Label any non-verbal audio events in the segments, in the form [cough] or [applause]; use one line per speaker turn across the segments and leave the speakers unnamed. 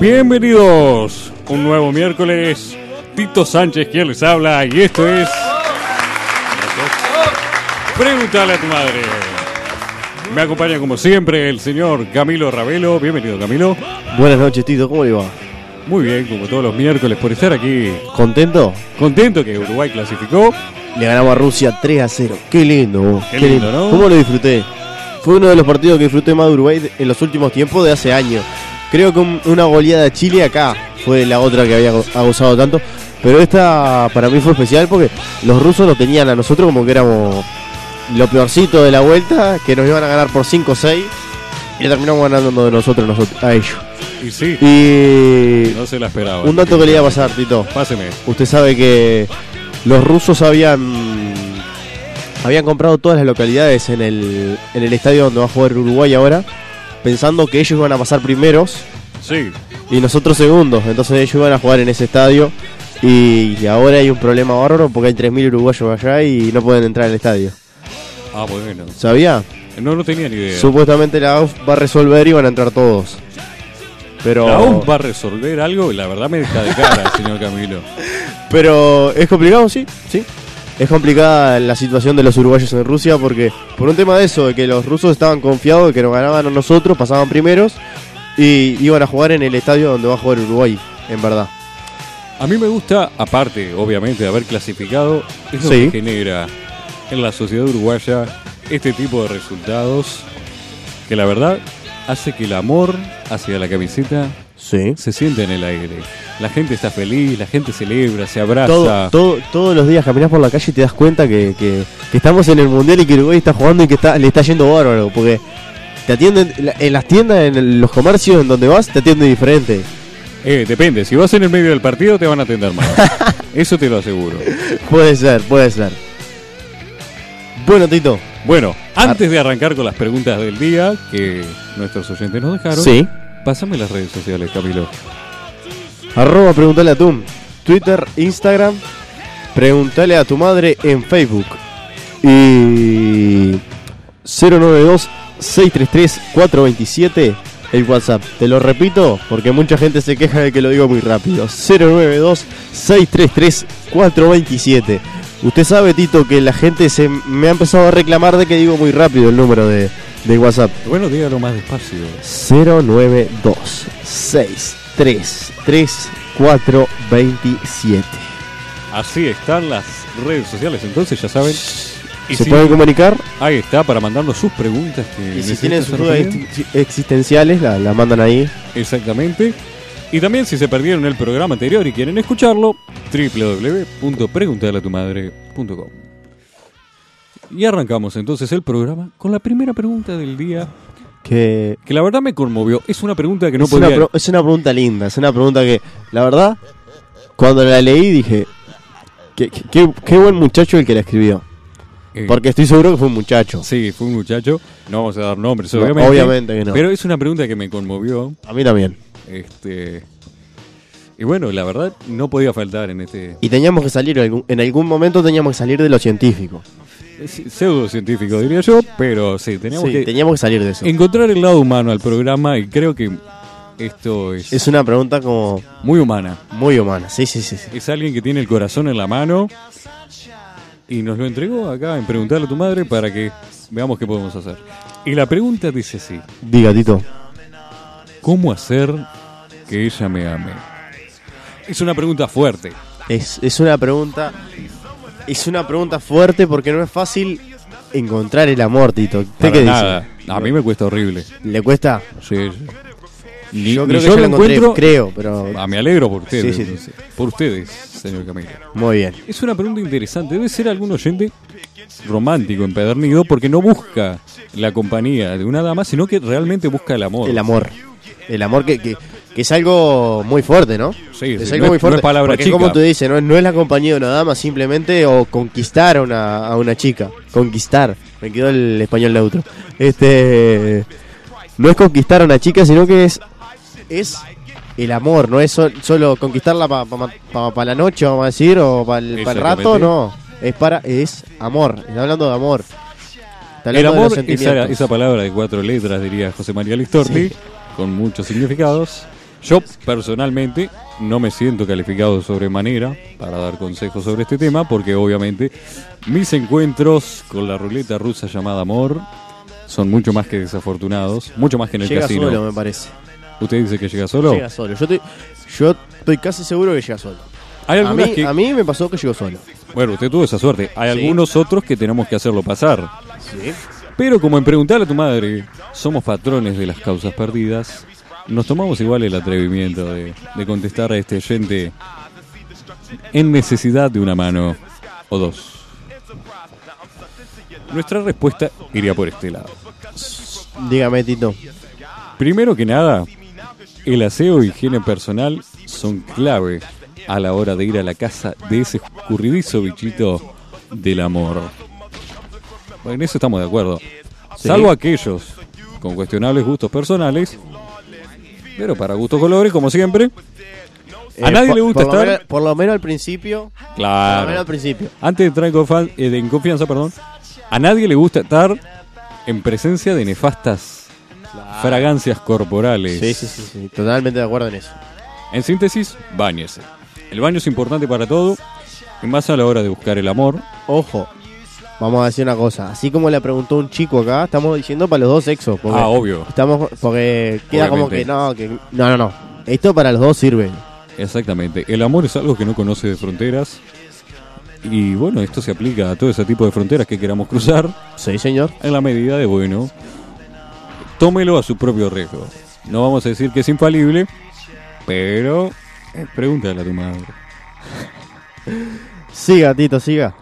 Bienvenidos un nuevo miércoles. Tito Sánchez quien les habla y esto es Pregúntale a tu madre. Me acompaña como siempre el señor Camilo Ravelo. Bienvenido Camilo.
Buenas noches, Tito, ¿cómo le va?
Muy bien, como todos los miércoles por estar aquí.
¿Contento?
Contento que Uruguay clasificó.
Le ganamos a Rusia 3 a 0. Qué lindo, vos.
Qué lindo, ¿no?
¿Cómo lo disfruté? Fue uno de los partidos que disfruté más de Uruguay de- en los últimos tiempos de hace años. Creo que un- una goleada a Chile acá fue la otra que había go- ha gozado tanto. Pero esta para mí fue especial porque los rusos nos tenían a nosotros como que éramos lo peorcito de la vuelta, que nos iban a ganar por 5 o 6 y le terminamos ganando de nosotros, nosotros a ellos.
Y sí,
Y
no se la esperaba.
un dato que le iba a pasar, Tito.
Páseme.
Usted sabe que los rusos habían habían comprado todas las localidades en el, en el estadio donde va a jugar Uruguay ahora, pensando que ellos iban a pasar primeros
Sí,
y nosotros segundos. Entonces ellos iban a jugar en ese estadio y ahora hay un problema bárbaro porque hay 3.000 uruguayos allá y no pueden entrar al estadio.
ah, bueno.
¿Sabía?
No, no tenía ni idea.
Supuestamente la AUF va a resolver y van a entrar todos. Pero...
La OMS va a resolver algo, la verdad me deja de cara, [laughs] señor Camilo.
Pero es complicado, sí, sí. Es complicada la situación de los uruguayos en Rusia porque por un tema de eso, de que los rusos estaban confiados de que nos ganaban a nosotros, pasaban primeros y iban a jugar en el estadio donde va a jugar Uruguay, en verdad.
A mí me gusta, aparte, obviamente, de haber clasificado, es lo
Sí.
que genera en la sociedad uruguaya este tipo de resultados que la verdad hace que el amor hacia la camiseta
Sí.
se sienta en el aire. La gente está feliz, la gente celebra, se abraza.
Todo, todo- todos los días caminás por la calle y te das cuenta que, que- que estamos en el mundial y que Uruguay está jugando y que está, le está yendo bárbaro. Porque te atienden la- en las tiendas, en el- los comercios en donde vas, te atienden diferente.
Eh, depende, si vas en el medio del partido te van a atender
[laughs]
mal. Eso te lo aseguro.
Puede ser, puede ser. Bueno, Tito.
Bueno,
Ah.
antes de arrancar con las preguntas del día que nuestros oyentes nos dejaron, pásame las redes sociales, Camilo.
Arroba preguntale a Tum. Twitter, Instagram. Preguntale a tu madre en Facebook. Y 092-633-427 el WhatsApp. Te lo repito porque mucha gente se queja de que lo digo muy rápido. 092-633-427. Usted sabe, Tito, que la gente se me ha empezado a reclamar de que digo muy rápido el número de, de WhatsApp.
Bueno, dígalo más despacio.
092 633 427.
Así están las redes sociales, entonces ya saben. Y
¿Se
si-
pueden comunicar? Eh,
ahí está para mandarnos sus preguntas. que
Y si
necesitan
tienen sus
ser
dudas este-
respondidas.
ex- existenciales, la, la mandan ahí.
Exactamente. Y también si se perdieron el programa anterior y quieren escucharlo, www.preguntalatumadre.com. Y arrancamos entonces el programa con la primera pregunta del día,
Que
que la verdad me conmovió. Es una pregunta que no
es, una
podía...
pro- es una pregunta linda, es una pregunta que, la verdad, cuando la leí dije, qué, qué- qué- qué buen muchacho el que la escribió.
Eh,
Porque estoy seguro que fue un muchacho.
Sí, fue un muchacho. No vamos a dar nombres,
No,
obviamente.
obviamente que no.
Pero es una pregunta que me conmovió.
A mí también.
Este. Y bueno, la verdad, no podía faltar en este
Y teníamos que salir, algún- en algún momento teníamos que salir de lo científico.
pseudocientífico, diría yo, pero sí, teníamos
Sí,
que
teníamos que salir de eso.
encontrar el lado humano al programa y creo que esto es,
Es una pregunta como
muy humana.
muy humana. Sí, sí, sí. sí.
Es alguien que tiene el corazón en la mano y nos lo entregó acá en preguntarle a tu madre para que veamos qué podemos hacer. Y la pregunta dice así:
Diga, Tito.
¿Cómo hacer que ella me ame? Es una pregunta fuerte.
Es, es una pregunta. Es una pregunta fuerte porque no es fácil encontrar el amor, Tito. ¿Usted
Para
qué
nada.
dice?
A mí me cuesta horrible.
¿Le cuesta?
Sí, sí. Ni-
yo
ni
creo que yo lo encontré,
encuentro.
creo, pero.
Ah, me alegro por ustedes.
Sí, sí, sí.
Por ustedes, señor Camilo.
Muy bien.
Es una pregunta interesante. Debe ser algún oyente romántico, empedernido, porque no busca la compañía de una dama, sino que realmente busca el amor.
El amor. El amor que, que, que es algo muy fuerte, ¿no?
Sí,
es
sí, no
algo muy
es- no
fuerte.
es palabra
porque
chica.
como tú dices, no, es- no es la compañía de una dama, simplemente o conquistar a una, a una chica. Conquistar. Me quedó el español neutro. Este. No es conquistar a una chica, sino que es. Es el amor, no es sol- solo conquistarla para la noche, vamos a decir, o para el rato,
Exactamente.
no. Es para es amor, está hablando de amor. Está
El
hablando de los
amor, esa,
sentimientos.
esa palabra de cuatro letras, diría José María Listorti, con muchos significados. Yo personalmente no me siento calificado sobremanera para dar consejos sobre este tema, porque obviamente mis encuentros con la ruleta rusa llamada amor son mucho más que desafortunados, mucho más que en el
llega
casino.
solo, me parece.
¿Usted dice que llega solo?
Llega solo. Yo estoy, yo estoy casi seguro que llega solo.
Hay
A
algunas
mí,
que...
a mí me pasó que llegó solo.
Bueno, usted tuvo esa suerte. Hay
Sí.
algunos otros que tenemos que hacerlo pasar.
Sí.
Pero como en preguntarle a tu madre, somos patrones de las causas perdidas, nos tomamos igual el atrevimiento de, de contestar a este oyente en necesidad de una mano o dos. Nuestra respuesta iría por este lado.
Dígame, Tito.
Primero que nada, el aseo y higiene personal son clave a la hora de ir a la casa de ese escurridizo bichito del amor. Bueno, en eso estamos de acuerdo. Salvo aquellos con cuestionables gustos personales, pero para gustos colores, como siempre. A
Eh,
nadie
por-
le gusta
por lo
estar-
menos- por lo menos al principio. Por lo menos
Claro.
al principio.
Antes de entrar en, confan- eh, de- en confianza, perdón, a nadie le gusta estar en presencia de nefastas fragancias corporales.
Sí, sí, sí, sí. Totalmente de acuerdo en eso.
En síntesis, bañese. El baño es importante para todo, y más a la hora de buscar el amor.
Ojo. Vamos a decir una cosa. Así como le preguntó un chico acá, estamos diciendo para los dos sexos. Porque
Ah, obvio,
Estamos, porque queda como que
Obviamente.
no, que no, no, no. Esto para los dos sirve.
exactamente. El amor es algo que no conoce de fronteras. Y bueno, esto se aplica a todo ese tipo de fronteras que queramos cruzar
Sí, señor.
en la medida de, bueno, tómelo a su propio riesgo. No vamos a decir que es infalible, pero eh, pregúntale a tu madre.
Siga, Tito, siga.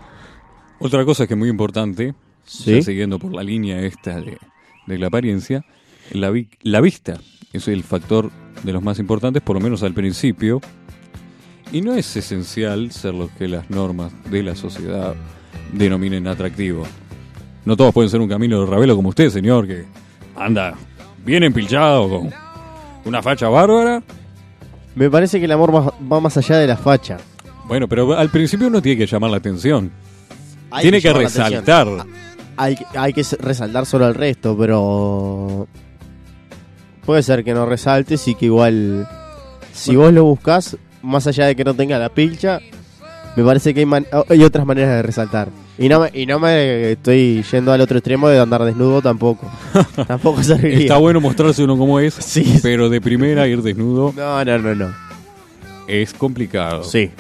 Otra cosa que es muy importante,
Sí.
ya siguiendo por la línea esta de, de la apariencia, la, vi- la vista es el factor de los más importantes, por lo menos al principio. Y no es esencial ser lo que las normas de la sociedad denominen atractivo. No todos pueden ser un camino de Ravelo como usted, señor, que anda bien empilchado con una facha bárbara.
Me parece que el amor va- va más allá de la facha.
Bueno, pero al principio uno tiene que llamar la atención.
Hay
tiene que,
llamar la atención.
resaltar.
Hay, hay que s- resaltar solo el resto, pero. Puede ser que no resaltes y que igual. Si vos lo buscas, más allá de que no tenga la pilcha, me parece que hay, man- oh, hay otras maneras de resaltar. Y no, me, y no me estoy yendo al otro extremo de andar desnudo [laughs] tampoco. tampoco serviría.
Está bueno mostrarse uno como es,
[laughs] Sí.
pero de primera ir desnudo
No, no, no, no.
es complicado.
Sí.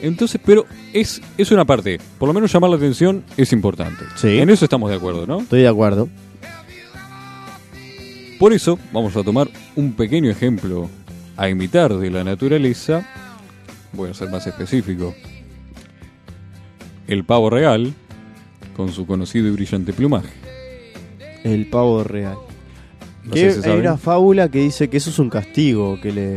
Entonces, pero es, es una parte. Por lo menos llamar la atención es importante.
Sí.
En eso estamos de acuerdo, ¿no?
Estoy de acuerdo.
Por eso vamos a tomar un pequeño ejemplo a imitar de la naturaleza. Voy a ser más específico. El pavo real, con su conocido y brillante plumaje.
El pavo real.
No
Que
sé si
hay
saben.
una fábula que dice que eso es un castigo que le.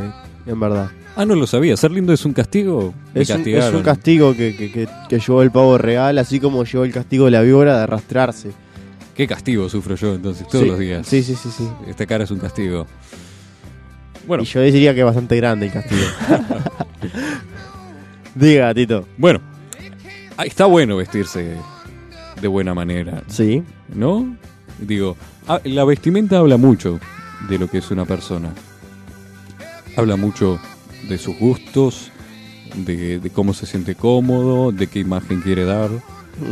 En verdad.
Ah, no lo sabía. ¿Ser lindo es un castigo? Me
Es un, es
castigaron.
un castigo que, que- que- que llevó el pavo real, así como llevó el castigo de la víbora de arrastrarse.
¿Qué castigo sufro yo entonces todos
Sí.
los días?
Sí, sí, sí, sí.
Esta cara es un castigo. Bueno,
Y yo diría que es bastante grande
[laughs]
el castigo. Diga, Tito.
bueno. Ah, Está bueno vestirse de buena manera,
Sí.
¿no? Digo, ah, la vestimenta habla mucho de lo que es una persona. Habla mucho de sus gustos, de, de cómo se siente cómodo, de qué imagen quiere dar.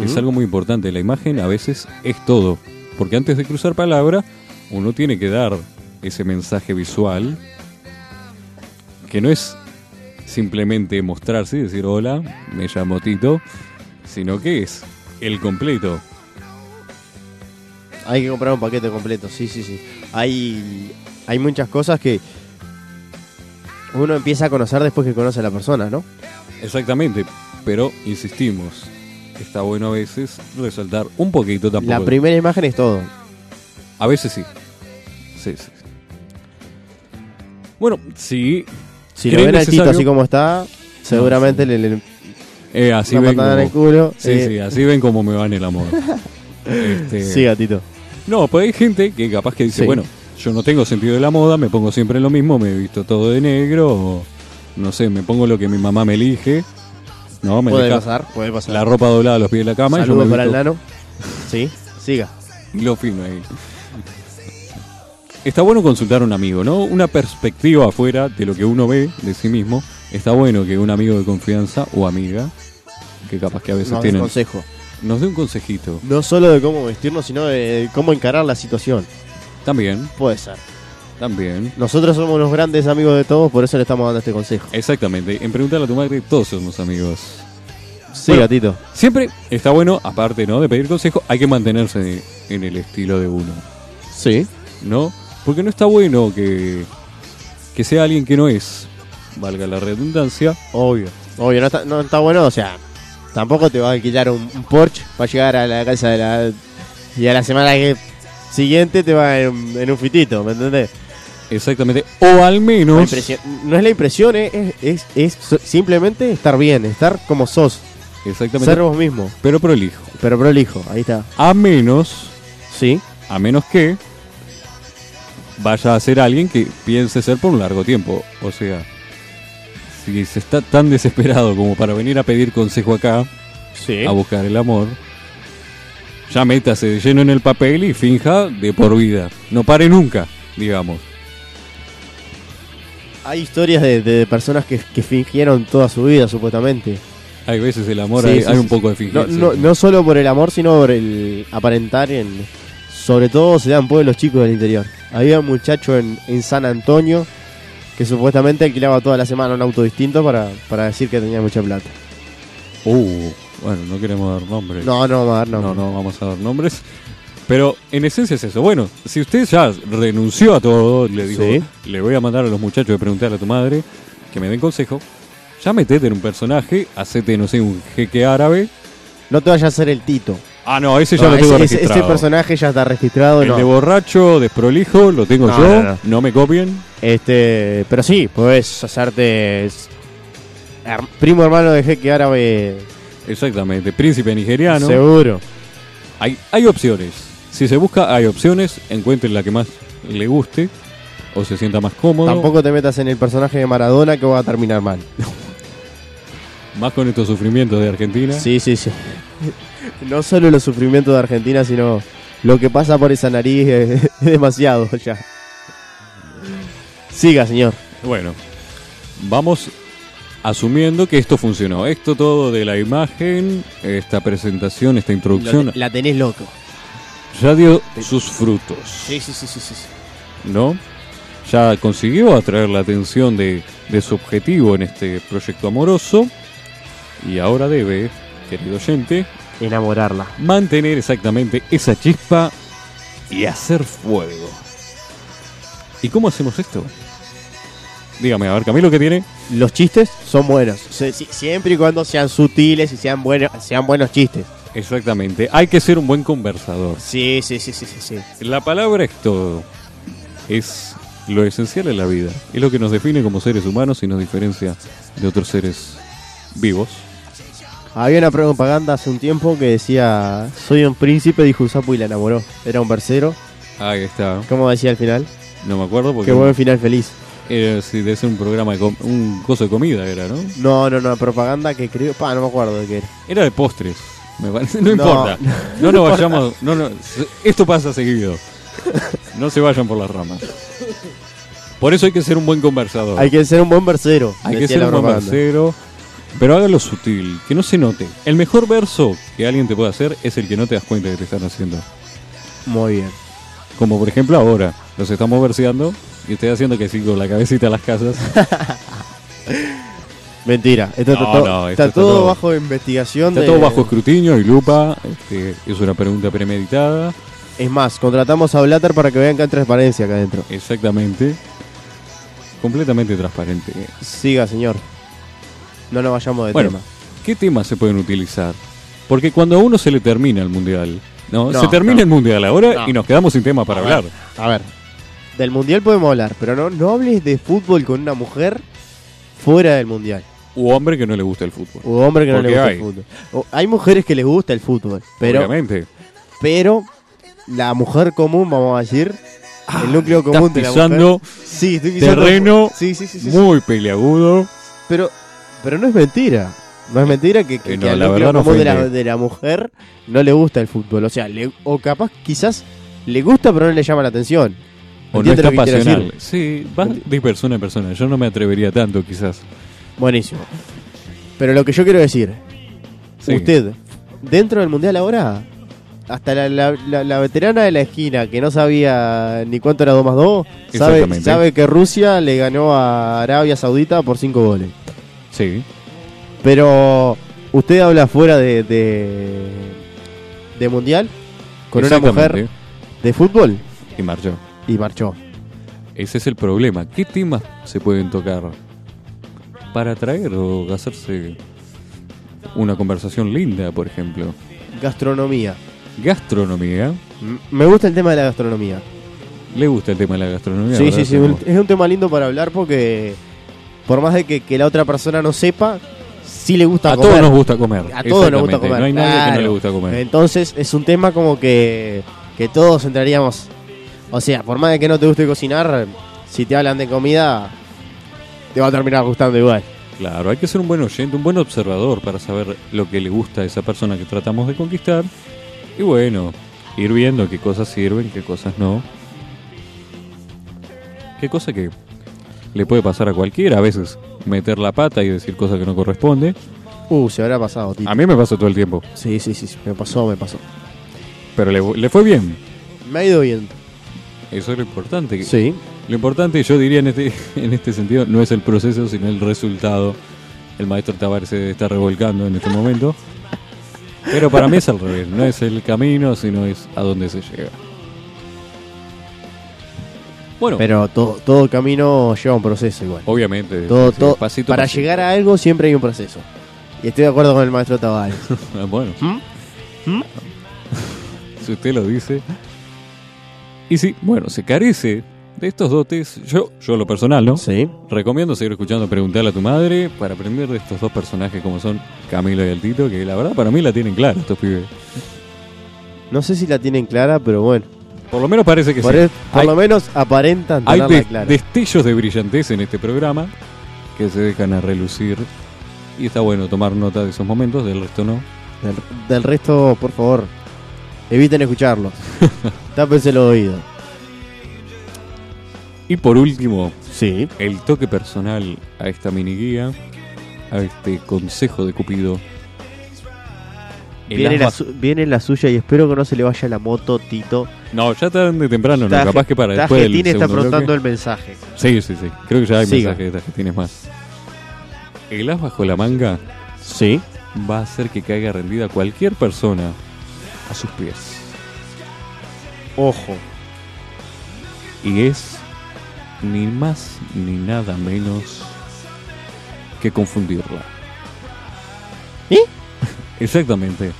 Es algo muy importante. La imagen a veces es todo. Porque antes de cruzar palabra, uno tiene que dar ese mensaje visual que no es simplemente mostrarse y decir hola, me llamo Tito, sino que es el completo.
Hay que comprar un paquete completo, sí, sí, sí. Hay, hay muchas cosas que uno empieza a conocer después que conoce a la persona, ¿no?
Exactamente, pero insistimos, está bueno a veces resaltar un poquito tampoco.
La primera imagen es todo.
a veces sí. Sí, sí. Bueno, sí.
Si lo
¿Cree
ven al Tito
necesario?
así como está, seguramente le, le,
eh, así
una
ven
patada en el
como,
culo.
sí,
eh,
sí, así ven cómo me va en el
[laughs]
amor. Este,
Siga, Tito.
No, pues hay gente que capaz que dice,
Sí.
bueno, yo no tengo sentido de la moda, me pongo siempre lo mismo, me he visto todo de negro, o, no sé, me pongo lo que mi mamá me elige. No, me
Puede
deja
pasar, puede pasar.
la ropa doblada a los pies de la cama y yo
Saludos
me
para el
visto [laughs]
nano. Sí, siga.
lo fino ahí. está bueno consultar a un amigo, ¿no? Una perspectiva afuera de lo que uno ve de sí mismo. Está bueno que un amigo de confianza o amiga, que capaz que a veces
Nos dé un
tienen,
consejo.
nos dé un consejito.
No solo de cómo vestirnos, sino de cómo encarar la situación.
También,
Puede ser.
también.
Nosotros somos unos grandes amigos de todos, por eso le estamos dando este consejo.
Exactamente. En preguntarle a tu madre, todos somos amigos.
Sí,
Bueno.
gatito.
Siempre está bueno, aparte ¿no? de pedir consejo, hay que mantenerse en el estilo de uno,
Sí.
¿no? Porque no está bueno que, que sea alguien que no es, valga la redundancia.
Obvio. Obvio, no está, no está bueno, o sea, tampoco te va a alquilar un, un Porsche para llegar a la casa de la. Y a la semana que siguiente te va en, en un fitito, ¿me entendés?
Exactamente. O al
La
menos.
impresión- no es la impresión, eh, es, es, es so- simplemente estar bien, estar como sos,
Exactamente.
ser vos mismo,
Pero prolijo.
pero prolijo, ahí está.
A menos.
Sí,
A menos que. Vaya a ser alguien que piense ser por un largo tiempo. O sea. Si se está tan desesperado como para venir a pedir consejo acá.
sí.
a buscar el amor. Ya métase de lleno en el papel y finja de por vida. No pare nunca, digamos.
Hay historias de, de personas que, que fingieron toda su vida, supuestamente.
Hay veces el amor,
Sí,
hay,
sí,
hay
sí,
un poco de
sí.
fingirse.
No, no, no solo por el amor, sino por el aparentar. En, sobre todo se dan pueblos chicos del interior. Había un muchacho en, en San Antonio que supuestamente alquilaba toda la semana un auto distinto para, para decir que tenía mucha plata.
Uh, bueno, no queremos dar nombres.
No, no, vamos a dar
no,
nombre.
no vamos a dar nombres. Pero en esencia es eso. Bueno, si usted ya renunció a todo, le digo,
Sí.
le voy a mandar a los muchachos de preguntar a tu madre que me den consejo. Ya metete en un personaje, hacete, no sé, un jeque árabe.
No te vayas a hacer el Tito.
Ah, no, ese ya
No,
lo tengo
ese- ese,
registrado.
ese personaje ya está registrado.
El
no.
de borracho, desprolijo, lo tengo
No,
yo.
no,
No,
no.
me copien.
Este, pero sí, puedes hacerte s- her- primo hermano de jeque árabe.
Exactamente. Príncipe
Ah,
nigeriano.
Seguro.
Hay, hay opciones. Si se busca, hay opciones. Encuentren la que más le guste o se sienta más cómodo.
Tampoco te metas en el personaje de Maradona que va a terminar mal.
Más con estos sufrimientos de Argentina.
Sí, sí, sí. [laughs] No solo los sufrimientos de Argentina, sino lo que pasa por esa nariz es, es demasiado ya. Siga, señor.
Bueno, vamos asumiendo que esto funcionó. Esto todo de la imagen, esta presentación, esta introducción,
tenés loco.
ya dio sus frutos.
sí, sí, sí, sí.
¿no? Ya consiguió atraer la atención de, de su objetivo en este proyecto amoroso y ahora debe, querido oyente,
Enamorarla.
mantener exactamente esa chispa y hacer fuego. ¿Y cómo hacemos esto? Dígame, a ver, Camilo, ¿qué tiene?
Los chistes son buenos. Se- si- siempre y cuando sean sutiles y sean buenos, sean buenos chistes.
Exactamente, hay que ser un buen conversador.
Sí, sí, sí, sí, sí, sí.
La palabra es todo. Es lo esencial en la vida. Es lo que nos define como seres humanos y nos diferencia de otros seres vivos.
Había una propaganda hace un tiempo que decía, soy un príncipe, dijo un sapo y la enamoró. Era un versero.
Ahí está.
¿Cómo decía al final?
No me acuerdo porque
Qué buen final feliz.
era sí, debe ser un programa de com- un coso de comida era, ¿no?
No, no, no, propaganda que creo... Pa, no me acuerdo de qué era.
Era de postres. Me parece,
No,
no, importa.
[laughs]
No,
no,
nos vayamos, no, no, se- esto pasa seguido. No se vayan por las ramas. Por eso hay que ser un buen conversador.
Hay que ser un buen versero.
Hay que
decía
ser
la
un buen
propaganda.
versero, pero hágalo sutil, que no se note. El mejor verso que alguien te puede hacer es el que no te das cuenta que te están haciendo.
Muy bien.
Como por ejemplo ahora, los estamos verseando y estoy haciendo que sí con la cabecita a las
[laughs]
casas.
Mentira. Esto está,
No,
todo,
no, esto
está
está
todo
todo-
bajo investigación.
Está
de-
todo bajo escrutinio y lupa. este, es una pregunta premeditada.
Es más, contratamos a Blatter para que vean que hay transparencia acá adentro.
Exactamente. Completamente transparente.
Siga, señor. No nos vayamos de
Bueno,
tema.
¿qué temas se pueden utilizar? Porque cuando a uno se le termina el mundial, ¿no?
No,
se termina
no.
el mundial ahora
No.
y nos quedamos sin tema para
A ver.
hablar.
A ver. Del mundial podemos hablar, pero no, no hables de fútbol con una mujer fuera del mundial.
U hombre que no le gusta el fútbol.
O hombre que no le
Porque
gusta el
hay.
fútbol. O- hay mujeres que les gusta el fútbol, pero,
Obviamente.
pero la mujer común, vamos a decir, el núcleo
Ah, Estás
común de la mujer-
pisando
Sí, estoy pisando-
terreno
Sí, sí, sí, sí, sí.
muy peleagudo.
Pero, pero no es mentira. No es mentira que, que,
Eh,
que
no,
al
la
núcleo
verdad no
común de la,
ofende.
de la mujer no le gusta el fútbol. O sea, le- o capaz quizás le gusta pero no le llama la atención.
O no
¿Entiendes
está
lo que quiero
pasional.
decir?
Sí, va de persona en persona. Yo no me atrevería tanto, quizás.
Buenísimo. Pero lo que yo quiero decir,
Sí.
usted, dentro del mundial ahora, hasta la, la- la- la veterana de la esquina que no sabía ni cuánto era 2 más 2, sabe,
Exactamente.
sabe que Rusia le ganó a Arabia Saudita por 5 goles.
Sí.
Pero usted habla fuera de, de, de mundial con una mujer
Exactamente.
de fútbol
Y marchó.
y marchó.
Ese es el problema. ¿Qué temas se pueden tocar para atraer o hacerse una conversación linda, por ejemplo?
Gastronomía.
Gastronomía.
M- Me gusta el tema de la gastronomía.
Le gusta el tema de la gastronomía.
Sí,
¿verdad?
sí, sí.
Como-
un- es un tema lindo para hablar porque por más de que, que la otra persona no sepa, sí le gusta
A
comer.
todos nos gusta comer.
A todos nos gusta
Exactamente.
comer,
No hay nadie que no
claro.
le gusta comer.
Entonces es un tema como que, que todos entraríamos. O sea, por más de que no te guste cocinar, si te hablan de comida, te va a terminar gustando igual.
Claro, hay que ser un buen oyente, un buen observador para saber lo que le gusta a esa persona que tratamos de conquistar. Y bueno, ir viendo qué cosas sirven, qué cosas no. Qué cosa que le puede pasar a cualquiera, a veces meter la pata y decir cosas que no corresponde.
Uh, se habrá pasado, Tito.
A mí me pasa todo el tiempo,
Sí, sí, sí, sí, me pasó, me pasó.
pero le, le fue bien.
Me ha ido bien.
Eso es lo importante.
Sí.
Lo importante, yo diría en este, [laughs] en este sentido, no es el proceso, sino el resultado. El maestro Tabar se está revolcando en este momento. Pero para mí es al revés, no es el camino, sino es a dónde se llega. Bueno,
Pero todo, todo camino lleva un proceso igual.
obviamente,
Todo,
sí,
todo-
pasito a
para
pasito.
llegar a algo siempre hay un proceso. Y estoy de acuerdo con el
[laughs]
maestro Tavares.
Ah, Bueno,
¿Mm?
[laughs] si usted lo dice. Y sí, bueno, se carece de estos dotes. Yo, yo lo personal, ¿no?
Sí.
Recomiendo seguir escuchando Preguntarle a tu madre para aprender de estos dos personajes como son Camilo y el Tito, que la verdad para mí la tienen clara estos pibes.
No sé si la tienen clara, pero bueno.
Por lo menos parece que
Por,
sí.
el- por
hay
lo menos aparentan
hay
tenerla
de-
clara.
destellos de brillantez en este programa que se dejan a relucir y está bueno tomar nota de esos momentos, del resto no.
Del, del resto, por favor, eviten
[laughs]
escucharlo. Tápense los oídos.
Y por último,
Sí.
el toque personal a esta mini guía, a este consejo de Cupido. El
Viene la,
asma-
su- viene la suya y espero que no se le vaya la moto, Tito.
No, ya tan de temprano, no,
Taje-
capaz que para después del
Tajetín está
segundo bloque.
afrontando el mensaje.
Sí, sí, sí. Creo que ya hay
Siga.
mensajes de tienes más. El as bajo la manga
Sí.
va a hacer que caiga rendida cualquier persona a sus pies.
Ojo.
Y es ni más ni nada menos que confundirla.
¿Y?
[laughs] Exactamente.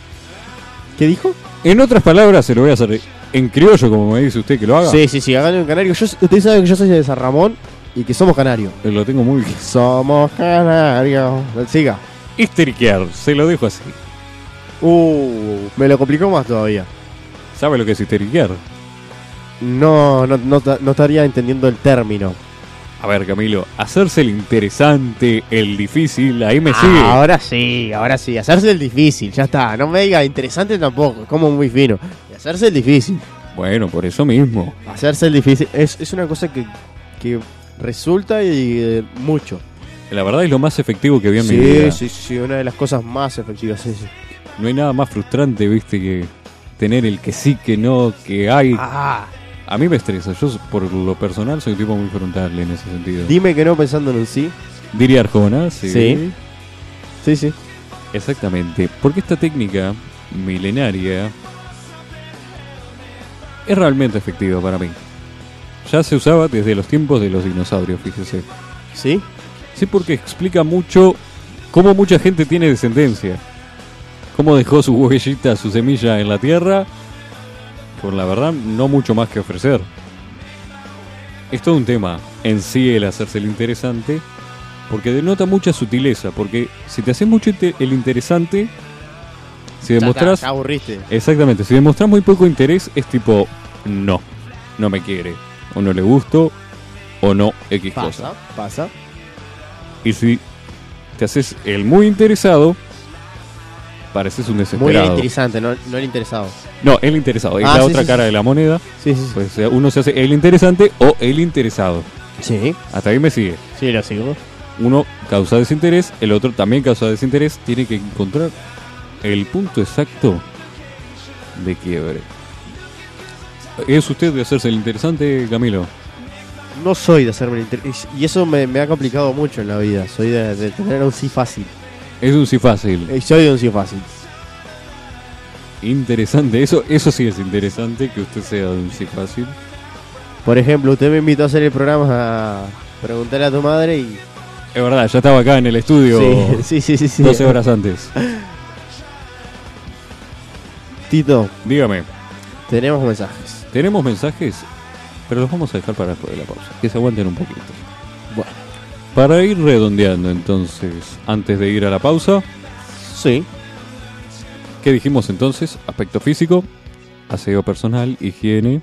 ¿Qué dijo?
En otras palabras, se lo voy a hacer en criollo, como me dice usted que lo haga.
Sí, sí, sí, háganle un canario. Yo, usted sabe que yo soy de San Ramón y que somos canarios.
Lo tengo muy
Somos canarios. Siga.
histeriquear, se lo dejo así.
Uh, me lo complicó más todavía.
¿Sabe lo que es histeriquear?
No, no, no, ta- no estaría entendiendo el término.
A ver, Camilo, hacerse el interesante, el difícil, ahí me sigue.
Ah, Ahora sí, ahora sí. Hacerse el difícil, ya está. No me diga interesante tampoco, es como muy fino. Y Hacerse el difícil.
Bueno, por eso mismo.
Hacerse el difícil es, es una cosa que, que resulta y eh, mucho.
La verdad es lo más efectivo que vi en mi
Sí,
vida.
sí, sí, una de las cosas más efectivas. sí, sí.
No hay nada más frustrante, viste, que tener el que sí, que no, que hay.
Ah,
A mí me estresa. Yo, por lo personal, soy un tipo muy frontal en ese sentido.
dime que no pensando en un sí.
Diría Arjona, sí.
Sí. Sí, sí.
Exactamente. Porque esta técnica milenaria es realmente efectiva para mí. Ya se usaba desde los tiempos de los dinosaurios, fíjese.
¿Sí?
Sí, porque explica mucho cómo mucha gente tiene descendencia. Cómo dejó su huellita, su semilla en la tierra. Por la verdad, no mucho más que ofrecer. Es todo un tema en sí el hacerse el interesante. Porque denota mucha sutileza. Porque si te haces mucho inte- el interesante, si
Ya está,
demostrás.
ya aburriste.
Exactamente, si demostrás muy poco interés, es tipo, no, no me quiere. O no le gusto. O no, X cosa.
Pasa, pasa.
Y si te haces el muy interesado, pareces un
Muy
desesperado.
interesante, no, no el interesado.
No, el interesado. Es
Ah,
la
sí,
otra
sí,
cara
sí.
de la moneda.
Sí, sí, sí.
Pues eh, uno se hace el interesante o el interesado.
Sí,
Hasta ahí me sigue.
sí, lo sigo.
Uno causa desinterés, el otro también causa desinterés. Tiene que encontrar el punto exacto de quiebre. ¿Es usted de hacerse el interesante, Camilo?
No soy de hacerme el interés. Y eso me, me ha complicado mucho en la vida. Soy de, de tener un sí fácil.
Es un sí fácil.
Eh, Soy de un sí fácil.
Interesante. Eso, eso sí es interesante, que usted sea de un sí fácil.
Por ejemplo, usted me invitó a hacer el programa a preguntarle a tu madre y.
Es verdad, ya estaba acá en el estudio
sí, [laughs] sí, sí, sí.
12 horas antes.
Tito,
Dígame,
tenemos mensajes.
tenemos mensajes, pero los vamos a dejar para después de la pausa. Que se aguanten un poquito.
Bueno,
Para ir redondeando entonces, antes de ir a la pausa,
sí.
¿qué dijimos entonces? Aspecto físico, aseo personal, higiene.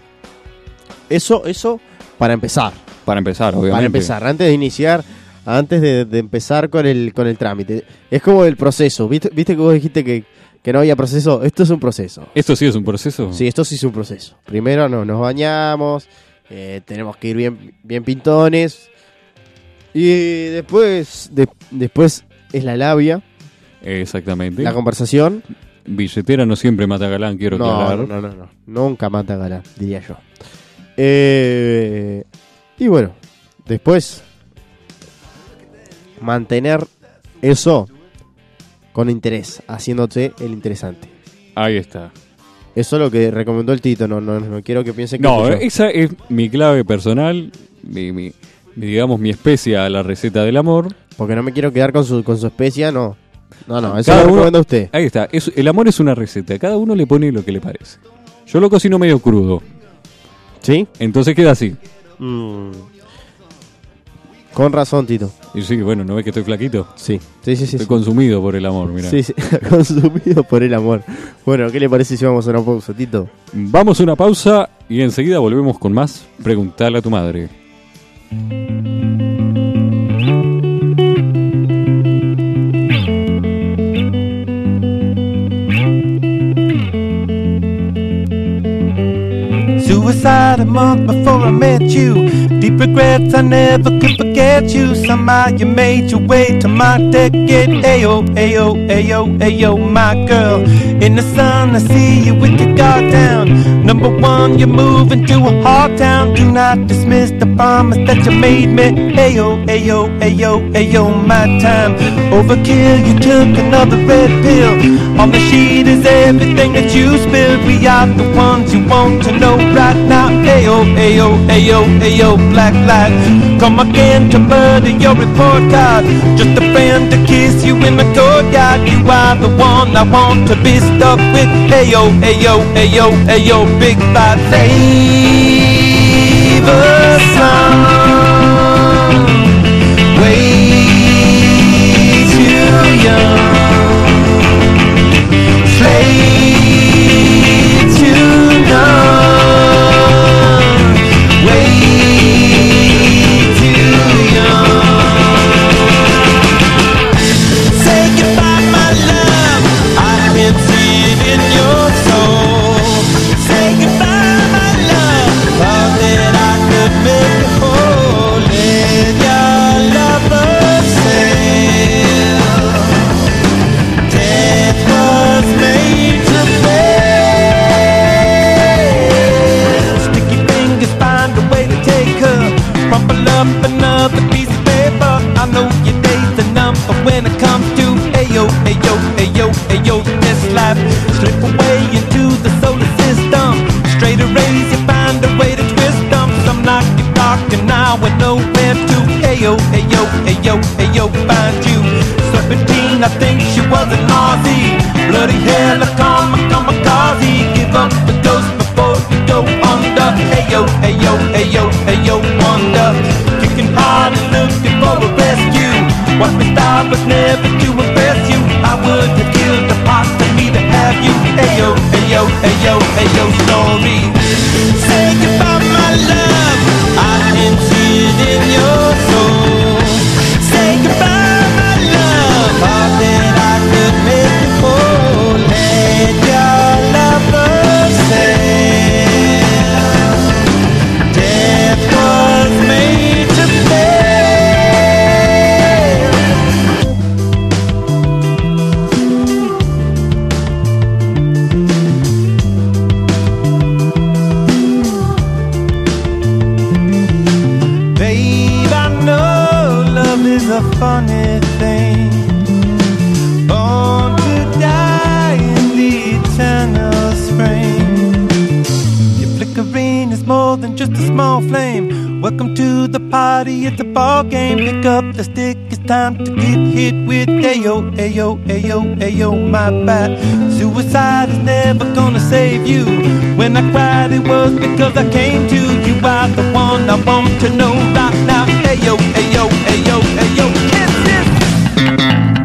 Eso, eso para empezar.
Para empezar, obviamente.
Para empezar, antes de iniciar, antes de, de empezar con el, con el trámite. Es como el proceso. ¿Viste, viste que vos dijiste que, que no había proceso? Esto es un proceso.
¿Esto sí es un proceso?
Mm. Sí, esto sí es un proceso. Primero no, nos bañamos, eh, tenemos que ir bien, bien pintones. Y después, de- después es la labia,
Exactamente.
la conversación.
Billetera no siempre mata galán, quiero
No,
aclarar.
no, no, no, no. Nunca mata gala, diría yo. Eh, y bueno, después mantener eso con interés, haciéndote el interesante.
Ahí está.
Eso es lo que recomendó el Tito, no, no, no quiero que piensen que
No,
fui yo.
eh, esa es mi clave personal, mi, mi- mi, digamos mi especia a la receta del amor.
porque no me quiero quedar con su, con su especia, no. No, no, eso
Cada
lo
uno-
recomienda usted.
Ahí está, es- el amor es una receta, cada uno le pone lo que le parece. Yo lo cocino medio crudo,
¿Sí?
entonces queda así.
Mm. Con razón, Tito.
Y sí, bueno, ¿no ves que estoy flaquito?
Sí, sí, sí, sí.
Estoy consumido por el amor, mira.
Sí, [laughs] sí, consumido por el amor. Bueno, ¿qué le parece si vamos a una pausa, Tito?
Vamos a una pausa y enseguida volvemos con más Preguntarle a tu madre.
Suicide a month before I met you. Deep regrets I never could forget you. Somehow you made your way to my ticket. Ayo, ayo, ayo, ayo, my girl. In the sun I see you with your guard down. Number one, you're moving to a hard town. Do not dismiss the promise that you made me. Ayo, ayo, ayo, ayo, my time. Overkill, you took another red pill. On the sheet is everything that you spilled. We are the ones you want to know right now. Ayo, ayo, ayo, ayo, black light. Come again to murder your report card. Just a friend to kiss you in my courtyard. You are the one I want to be stuck with. Ayo, ayo, ayo, ayo, big bad favor song. Way too young. Slave to none. Way too young. Say goodbye, my love. I can see it in your soul. Say goodbye, my love. Thought that I could make it whole. Let your lover sail. Death was made to fail. Sticky fingers find a way to take her. Crumple up another piece of paper. I know your days are numb, but when it comes to ayo, ayo, ayo, ayo, this life slip away into the solar system. Straight arrays, you find a way to twist them. Some knock you dark, and now with nowhere to ayo, ayo, ayo, ayo, find you. Serpentine, I think she was an Aussie. Bloody hell, I come, I come, Give up the ghost before you go under. Ayo, ayo, ayo, ayo, wonder. Kicking hard and looking for a rescue. What we thought was never to impress you. I would have killed the part of me to have you. Ayo, ayo, ayo, ayo, story. Say goodbye, my love. I can see it in your soul. Say goodbye, my love. Thought that I could make you whole. Let your love burn. a funny thing. Born to die in the eternal spring. Your flickering is more than just a small flame. Welcome to the party, it's a ball game. Pick up the stick, it's time to get hit with ayo, ayo, ayo, ayo, my bad. Suicide is never gonna save you. When I cried, it was because I came to you. are the one I want to know right now. Ayo, ayo, ayo, ayo, kiss this.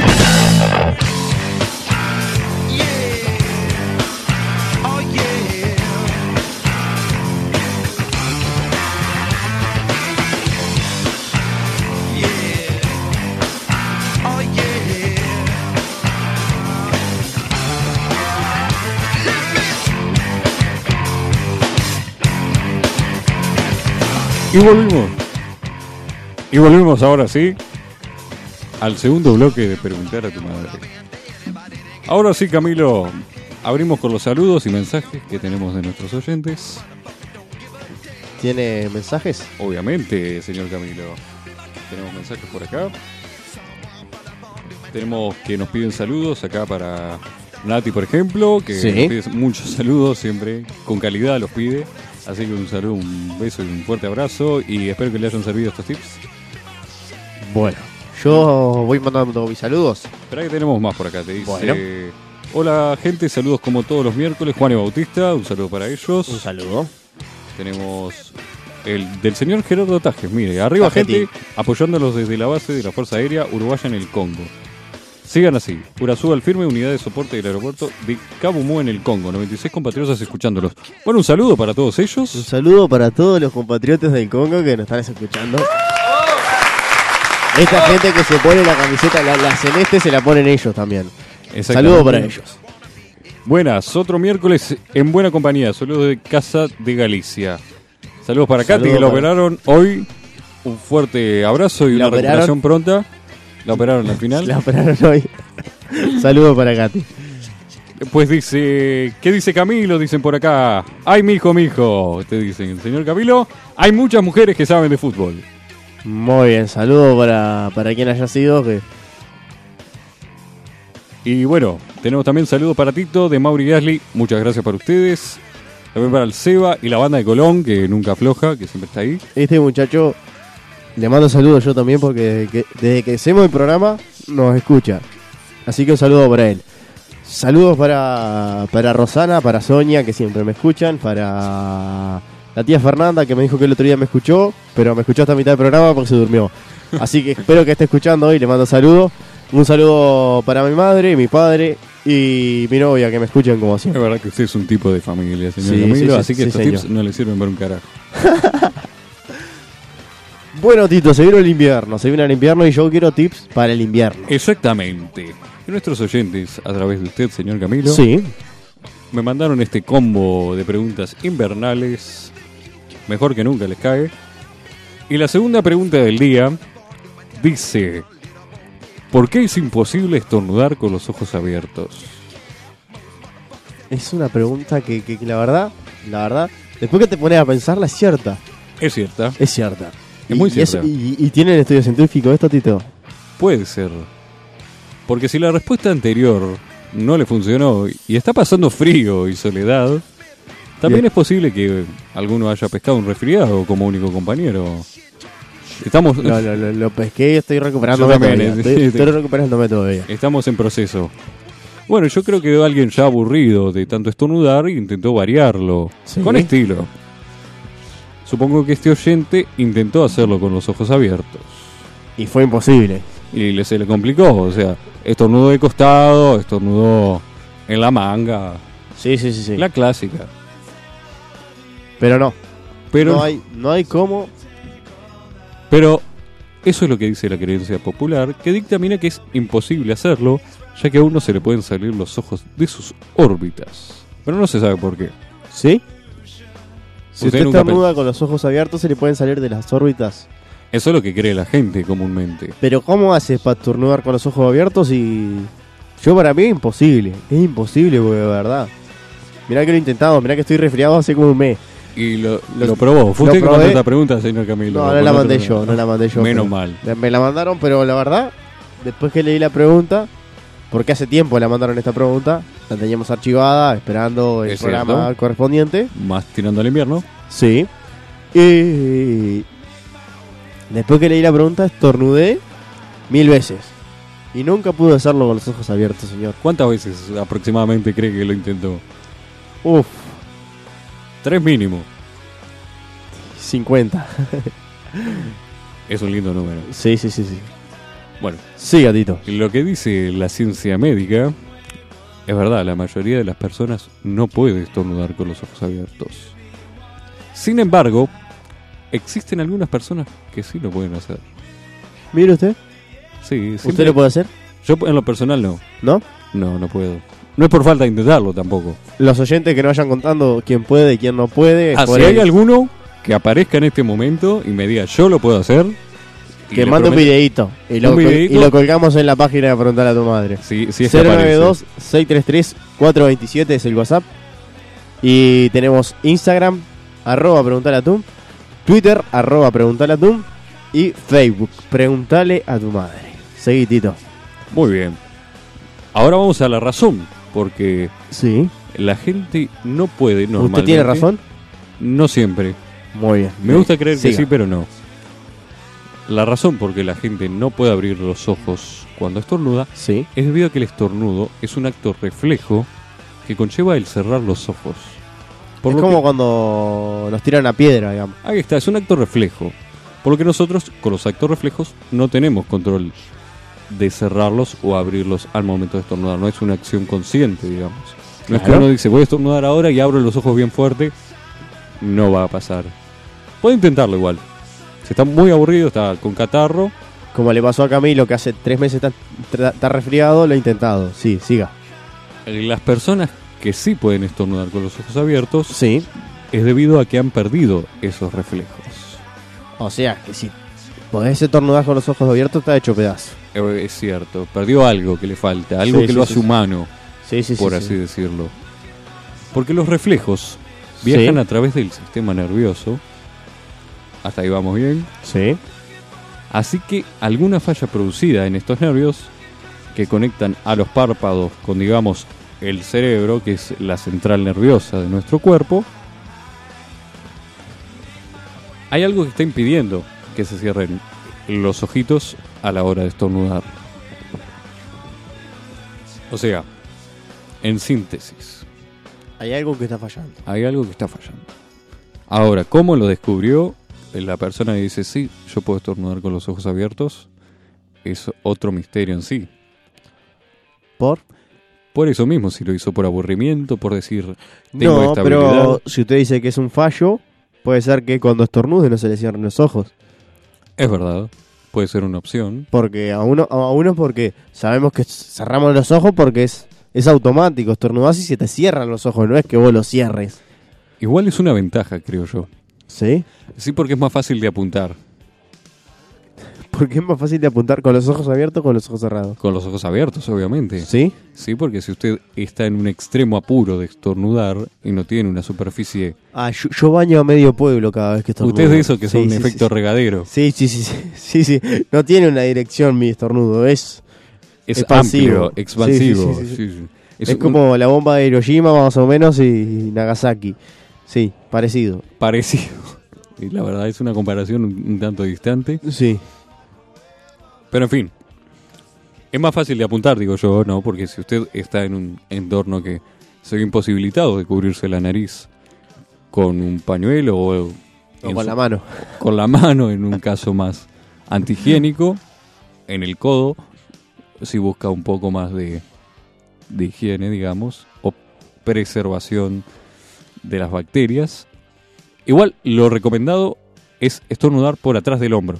Oh, Oh,
Y volvimos. Y volvimos ahora sí al segundo bloque de Preguntar a tu madre. Ahora sí, Camilo, abrimos con los saludos y mensajes que tenemos de nuestros oyentes.
¿Tiene mensajes?
Obviamente, señor Camilo. Tenemos mensajes por acá. Tenemos que nos piden saludos acá para Nati, por ejemplo, que
Sí.
nos pide muchos saludos siempre, con calidad los pide. Así que un saludo, un beso y un fuerte abrazo y espero que le hayan servido estos tips.
Bueno, yo voy mandando mis saludos.
Espera que tenemos más por acá, te dice.
Bueno.
Hola gente, saludos como todos los miércoles, Juan y Bautista, un saludo para ellos.
Un saludo.
Tenemos el del señor Gerardo Tajes, mire, arriba
Tajeti.
gente apoyándolos desde la base de la Fuerza Aérea Uruguaya en el Congo. Sigan así, Urazú al firme, unidad de soporte del aeropuerto de Cabo Mu en el Congo, 96 compatriotas escuchándolos. Bueno, un saludo para todos
Un
ellos.
saludo para todos los compatriotas del Congo que nos están escuchando.
¡Ah!
Esta gente que se pone la camiseta, la, la celeste, se la ponen ellos también.
Exactamente.
Saludo para ellos.
Buenas, otro miércoles en buena compañía. Saludos de Casa de Galicia. Saludos para Katy,
Saludos
que la
para-
operaron hoy. Un fuerte abrazo y
La
una
operaron.
recuperación pronta. La operaron al final.
La operaron hoy. Saludo para Katy.
Pues dice, ¿qué dice Camilo? Dicen por acá. Ay, mijo, mijo. Te dicen, señor Camilo, hay muchas mujeres que saben de fútbol.
Muy bien, saludo para, para quien haya sido. Que
Y bueno, tenemos también saludos para Tito de Mauri Gasly. Muchas gracias para ustedes. También para el Seba y la banda de Colón, que nunca afloja, que siempre está ahí.
este muchacho le mando saludos yo también porque desde que, desde que hacemos el programa nos escucha. Así que un saludo para él. Saludos para, para Rosana, para Sonia, que siempre me escuchan, para la tía Fernanda, que me dijo que el otro día me escuchó, pero me escuchó hasta mitad del programa porque se durmió. Así que espero que esté escuchando hoy, le mando saludos. Un saludo para mi madre, mi padre y mi novia, que me escuchan como
Es
siempre.
verdad que usted es un tipo de familia, señor
Sí,
Camilo,
sí, sí,
así que
sí,
estos
señor.
tips no le sirven para un carajo.
Bueno, Tito, se vino el invierno, se vino el invierno y yo quiero tips para el invierno.
Exactamente. Y nuestros oyentes, a través de usted, señor Camilo,
Sí,
me mandaron este combo de preguntas invernales. Mejor que nunca les cae. Y la segunda pregunta del día dice: ¿Por qué es imposible estornudar con los ojos abiertos?
es una pregunta que, que- que la verdad, la verdad, después que te pones a pensarla es cierta,
Es cierta,
es cierta.
Es muy
Y- y
cierta.
y, y tienen estudio científico esto, Tito.
puede ser. Porque si la respuesta anterior no le funcionó y está pasando frío y soledad, también
Bien.
es posible que alguno haya pescado un resfriado como único compañero. Estamos,
Lo, lo, lo- lo pesqué y estoy recuperándome
Yo también,
todavía.
eh,
Estoy,
sí,
estoy
sí.
recuperándome todavía.
estamos en proceso. Bueno, yo creo que quedó alguien ya aburrido de tanto estornudar y intentó variarlo
Sí.
con estilo. Supongo que este oyente intentó hacerlo con los ojos abiertos.
Y fue imposible.
Y le- se le complicó, o sea, estornudó de costado, estornudó en la manga,
Sí, sí, sí, sí.
la clásica.
Pero no.
Pero
no hay, no hay cómo.
Pero eso es lo que dice la creencia popular, que dictamina que es imposible hacerlo, ya que a uno se le pueden salir los ojos de sus órbitas. Pero no se sabe por qué.
¿Sí? Si
Usted
usted,
nunca
está muda con los ojos abiertos, se le pueden salir de las órbitas.
Eso es lo que cree la gente comúnmente.
Pero ¿cómo haces para estornudar con los ojos abiertos y... Yo para mí es imposible. Es imposible, porque de verdad. Mirá que lo he intentado, mirá que estoy resfriado hace como un mes.
Y lo,
Lo-
lo probó. Fue
lo
usted que mandó
probé.
esta pregunta, señor Camilo.
No, no la
Mandó
mandé
otra-
yo, no la mandé yo.
Menos
pero-
mal.
Me- Me la mandaron, pero la verdad, después que leí la pregunta, porque hace tiempo la mandaron esta pregunta, la teníamos archivada, esperando el
Es
programa
cierto.
correspondiente.
Más tirando al invierno.
Sí. Y después que leí la pregunta, estornudé mil veces. Y nunca pude hacerlo con los ojos abiertos, señor.
¿Cuántas veces aproximadamente cree que lo intentó?
Uf,
Tres mínimo.
50.
Es un lindo número.
Sí, sí, sí, sí.
Bueno,
Sí, gatito.
Lo que dice la ciencia médica es verdad, la mayoría de las personas no puede estornudar con los ojos abiertos. Sin embargo, existen algunas personas que sí lo pueden hacer.
Mire usted.
Sí,
¿Usted
siempre-
lo puede hacer?
Yo en lo personal no.
¿No?
No, no puedo. No es por falta de intentarlo tampoco.
Los oyentes que no vayan contando quién puede y quién no puede.
Ah,
por
si hay
el-
alguno que aparezca en este momento y me diga yo lo puedo hacer. y
Que
le
mande un
prometo-
videíto. Y lo,
Un
col-
videíto.
y lo colgamos en la página de Preguntar a tu madre.
Sí, sí es que aparece.
092-633-427 es el WhatsApp. Y tenemos Instagram, arroba preguntale a tu. Twitter, arroba preguntale a tu. Y Facebook, preguntale a tu madre. Seguí, Tito.
Muy bien. Ahora vamos a la razón, porque
Sí.
la gente no puede normalmente.
¿Usted tiene razón?
No siempre.
Muy bien.
Me gusta creer que
Siga.
sí, pero no. La razón por que la gente no puede abrir los ojos cuando estornuda
Sí.
es debido a que el estornudo es un acto reflejo que conlleva el cerrar los ojos. Por
es
lo
como
que-
cuando nos tiran a piedra, digamos.
ahí está, es un acto reflejo. Por lo que nosotros, con los actos reflejos, no tenemos control de cerrarlos o abrirlos al momento de estornudar. No es una acción consciente, digamos. No es que
Claro.
uno dice, voy a estornudar ahora y abro los ojos bien fuerte. No va a pasar. Puede intentarlo igual. Si está muy aburrido, está con catarro.
Como le pasó a Camilo, que hace tres meses está, tra- está resfriado, lo ha intentado. Sí, siga.
Las personas que sí pueden estornudar con los ojos abiertos
Sí.
es debido a que han perdido esos reflejos.
O sea, que si podés estornudar con los ojos abiertos, está hecho pedazo.
Eh, Es cierto, perdió algo que le falta, algo
Sí,
que
sí,
lo
sí,
hace
sí.
humano.
Sí, sí,
por así decirlo. Porque los reflejos viajan a través del sistema nervioso. Hasta ahí vamos bien.
Sí.
Así que alguna falla producida en estos nervios que conectan a los párpados con, digamos, el cerebro, que es la central nerviosa de nuestro cuerpo, hay algo que está impidiendo que se cierren los ojitos a la hora de estornudar. O sea, en síntesis,
Hay algo que está fallando.
hay algo que está fallando. Ahora, ¿cómo lo descubrió? Eh, La persona que dice, sí, yo puedo estornudar con los ojos abiertos, es otro misterio en sí.
¿Por?
Por eso mismo, si lo hizo por aburrimiento, por decir, tengo
No,
esta habilidad.
pero si usted dice que es un fallo, puede ser que cuando estornude no se le cierren los ojos.
Es verdad, puede ser una opción.
Porque a uno, a uno porque sabemos que cerramos los ojos porque es, es automático. Estornudás y se te cierran los ojos, no es que vos los cierres.
Igual es una ventaja, creo yo.
¿Sí?
Sí, porque es más fácil de apuntar.
Porque es más fácil de apuntar con los ojos abiertos o con los ojos cerrados.
Con los ojos abiertos, obviamente.
¿Sí?
Sí, porque si usted está en un extremo apuro de estornudar y no tiene una superficie...
Ah, yo, yo baño a medio pueblo cada vez que estornudo.
Usted es de eso que es
Sí,
un
sí, sí,
efecto regadero.
Sí, sí, sí, sí, sí, sí. No tiene una dirección mi estornudo, es,
Es
Expansivo.
amplio, expansivo.
Sí, sí, sí, sí, sí.
sí, sí.
es,
Es, un-
como la bomba de Hiroshima más o menos y Nagasaki. Sí, parecido.
parecido. [laughs] Y la verdad es una comparación un, un tanto distante.
Sí.
Pero en fin. Es más fácil de apuntar, digo yo, ¿no? Porque si usted está en un entorno que se ve imposibilitado de cubrirse la nariz con un pañuelo o,
O
en
con
su-
la mano.
con la [laughs] mano en un caso más antihigiénico, en el codo, si busca un poco más de, de higiene, digamos, o preservación de las bacterias. Igual, lo recomendado es estornudar por atrás del hombro.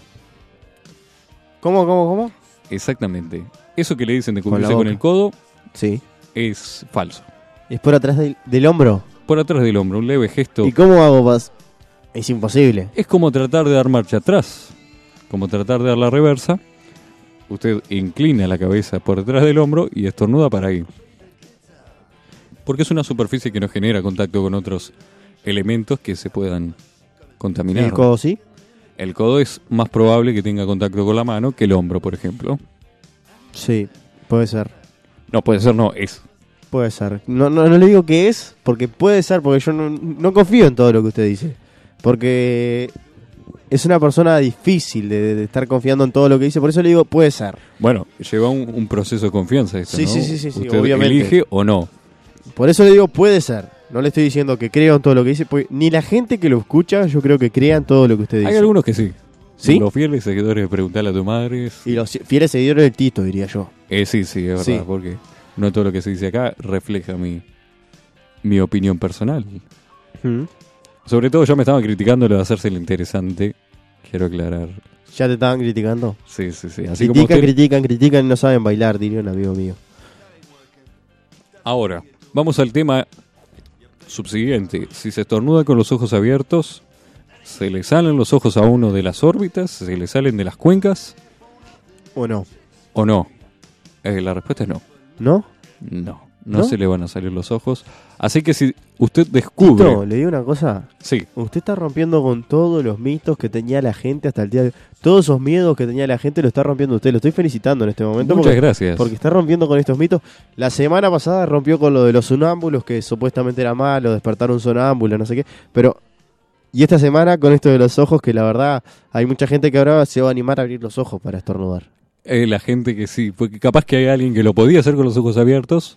¿Cómo, cómo, cómo?
Exactamente. Eso que le dicen de
Con la
cubrirse con,
boca.
el codo
Sí.
es falso.
Es por atrás del, del hombro.
Por atrás del hombro, un leve gesto.
¿Y cómo hago pas? Es imposible.
Es como tratar de dar marcha atrás, como tratar de dar la reversa. Usted inclina la cabeza por detrás del hombro y estornuda para ahí. Porque es una superficie que no genera contacto con otros elementos que se puedan
¿Y
contaminar.
el codo sí?
El codo es más probable que tenga contacto con la mano que el hombro, por ejemplo.
Sí, puede ser.
No, puede ser, no, es.
Puede ser. No, no, no le digo que es, porque puede ser, porque yo no, no confío en todo lo que usted dice. Porque es una persona difícil de, de estar confiando en todo lo que dice, por eso le digo puede ser.
Bueno, lleva un, un proceso de confianza esto,
Sí,
¿no?
sí, sí, sí, sí,
Usted
obviamente.
elige o no.
Por eso le digo puede ser. No le estoy diciendo que creo en todo lo que dice, porque ni la gente que lo escucha yo creo que crea en todo lo que usted dice.
Hay algunos que sí.
¿Sí?
Los fieles seguidores de Preguntarle a tu madre
Y los fieles seguidores del Tito, diría yo.
Eh, sí, sí, es verdad,
Sí.
porque no todo lo que se dice acá refleja mi, mi opinión personal. Sobre todo yo me estaba criticando lo de hacerse el interesante, quiero aclarar.
Ya te estaban criticando.
Sí, sí, sí. Así como
critican,
usted-
critican, critican y no saben bailar, diría un amigo mío.
Ahora, vamos al tema subsiguiente. Si se estornuda con los ojos abiertos, se le salen los ojos a uno de las órbitas, se le salen de las cuencas
¿O no?
o no. Eh, la respuesta es no.
¿No?
No, no,
¿No?
se le van a salir los ojos. Así que si usted descubre...
Tito, le digo una cosa.
Sí,
Usted está rompiendo con todos los mitos que tenía la gente hasta el día de Todos esos miedos que tenía la gente lo está rompiendo usted. Lo estoy felicitando en este momento.
muchas
porque,
gracias.
Porque está rompiendo con estos mitos. La semana pasada rompió con lo de los sonámbulos, que supuestamente era malo, despertar un sonámbulo, no sé qué. Pero. Y esta semana con esto de los ojos, que la verdad hay mucha gente que ahora se va a animar a abrir los ojos para estornudar.
Eh, la gente que sí, porque capaz que hay alguien que lo podía hacer con los ojos abiertos.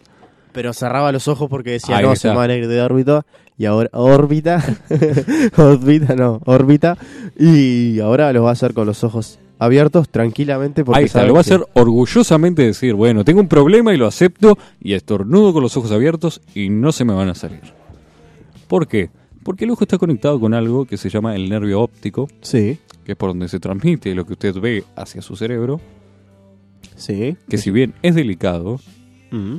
Pero cerraba los ojos porque decía,
Ahí
no,
está.
se me van a ir de órbita. Y ahora, órbita, [laughs] órbita, no, órbita. Y ahora lo va a hacer con los ojos abiertos tranquilamente. Porque
Ahí está,
sabe
lo va a
que-
hacer orgullosamente decir, bueno, tengo un problema y lo acepto y estornudo con los ojos abiertos y no se me van a salir. ¿Por qué? Porque el ojo está conectado con algo que se llama el nervio óptico,
Sí,
que es por donde se transmite lo que usted ve hacia su cerebro,
sí.
que si bien es delicado,
Mm.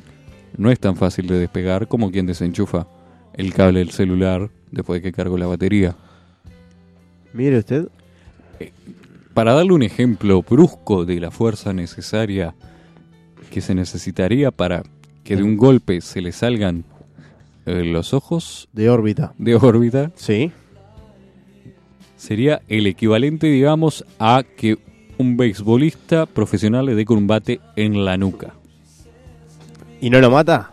no es tan fácil de despegar como quien desenchufa el cable del celular después de que cargo la batería.
Mire usted.
Para darle un ejemplo brusco de la fuerza necesaria que se necesitaría para que de un golpe se le salgan eh, los ojos
De órbita.
de órbita,
Sí.
sería el equivalente, digamos, a que un beisbolista profesional le dé con un bate en la nuca.
¿Y no lo mata?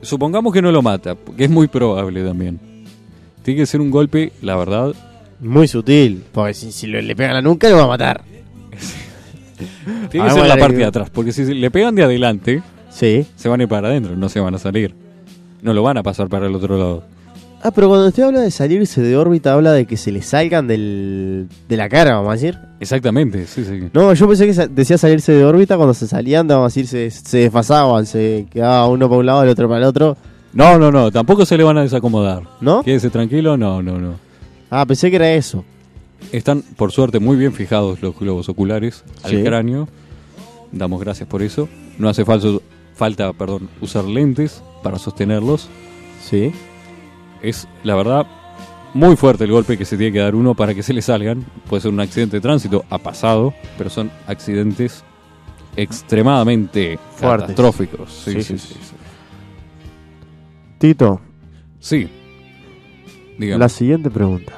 Supongamos que no lo mata, porque es muy probable también. Tiene que ser un golpe, la verdad,
Muy sutil. Porque si, si lo- le pegan la nuca, lo va a matar.
tiene
Ah,
que ser
bueno,
la parte
digo.
de atrás, porque si se- le pegan de adelante,
Sí.
se van a ir para adentro, no se van a salir. No lo van a pasar para el otro lado.
Ah, pero cuando usted habla de salirse de órbita, habla de que se le salgan del, de la cara, vamos a decir.
Exactamente, sí, sí.
No, yo pensé que sa- decía salirse de órbita cuando se salían, vamos a decir, se, se desfasaban, se quedaba uno para un lado, el otro para el otro,
No, no, no, tampoco se le van a desacomodar.
¿no?
Quédese tranquilo, no, no, no.
Ah, pensé que era eso.
Están, por suerte, muy bien fijados los globos oculares al
Sí.
cráneo. Damos gracias por eso. No hace falso, falta perdón, usar lentes para sostenerlos.
Sí.
Es, la verdad, muy fuerte el golpe que se tiene que dar uno para que se le salgan. Puede ser un accidente de tránsito, ha pasado, pero son accidentes extremadamente
Fuertes.
catastróficos. Sí,
Sí,
sí,
sí,
sí. sí.
Tito,
Sí. Dígame.
la siguiente pregunta.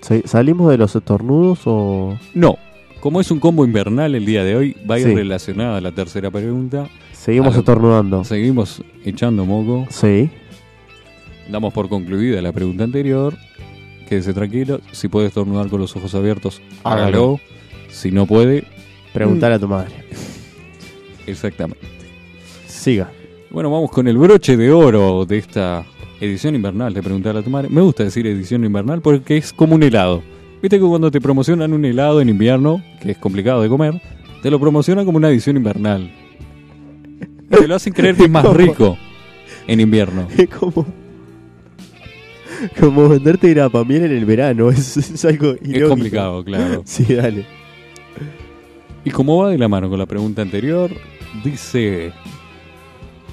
¿Se- ¿Salimos de los estornudos o...?
No. Como es un combo invernal el día de hoy, va a ir
Sí.
relacionada a la tercera pregunta.
Seguimos
A lo-
estornudando.
Seguimos echando moco.
Sí.
Damos por concluida la pregunta anterior. Quédese tranquilo. Si puede estornudar con los ojos abiertos, hágalo. Si no puede,
Mm. Preguntale a tu madre.
Exactamente.
[laughs] Siga.
Bueno, vamos con el broche de oro de esta edición invernal, te preguntar a tu madre. Me gusta decir edición invernal porque es como un helado. Viste que cuando te promocionan un helado en invierno, que es complicado de comer, te lo promocionan como una edición invernal. Te lo hacen creer que es más rico en invierno.
Es como. Como venderte grapa miel en el verano. [laughs] Es, es algo
Es
ilógico.
complicado, claro.
Sí, dale.
Y como va de la mano con la pregunta anterior, dice,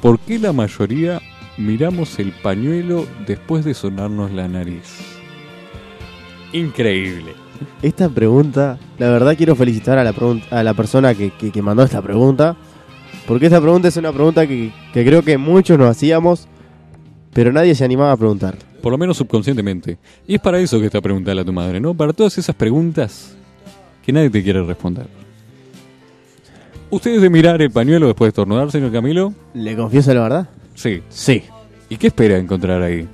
¿por qué la mayoría miramos el pañuelo después de sonarnos la nariz? Increíble.
Esta pregunta, la verdad quiero felicitar a la, pregun- a la persona que, que- que mandó esta pregunta, porque esta pregunta es una pregunta que, que creo que muchos nos hacíamos, pero nadie se animaba a preguntar.
Por lo menos subconscientemente. Y es para eso que está preguntando a tu madre, ¿no? Para todas esas preguntas que nadie te quiere responder. ¿Ustedes de mirar el pañuelo después de estornudar, señor Camilo?
¿Le confieso la verdad?
Sí.
Sí.
¿Y qué espera encontrar ahí?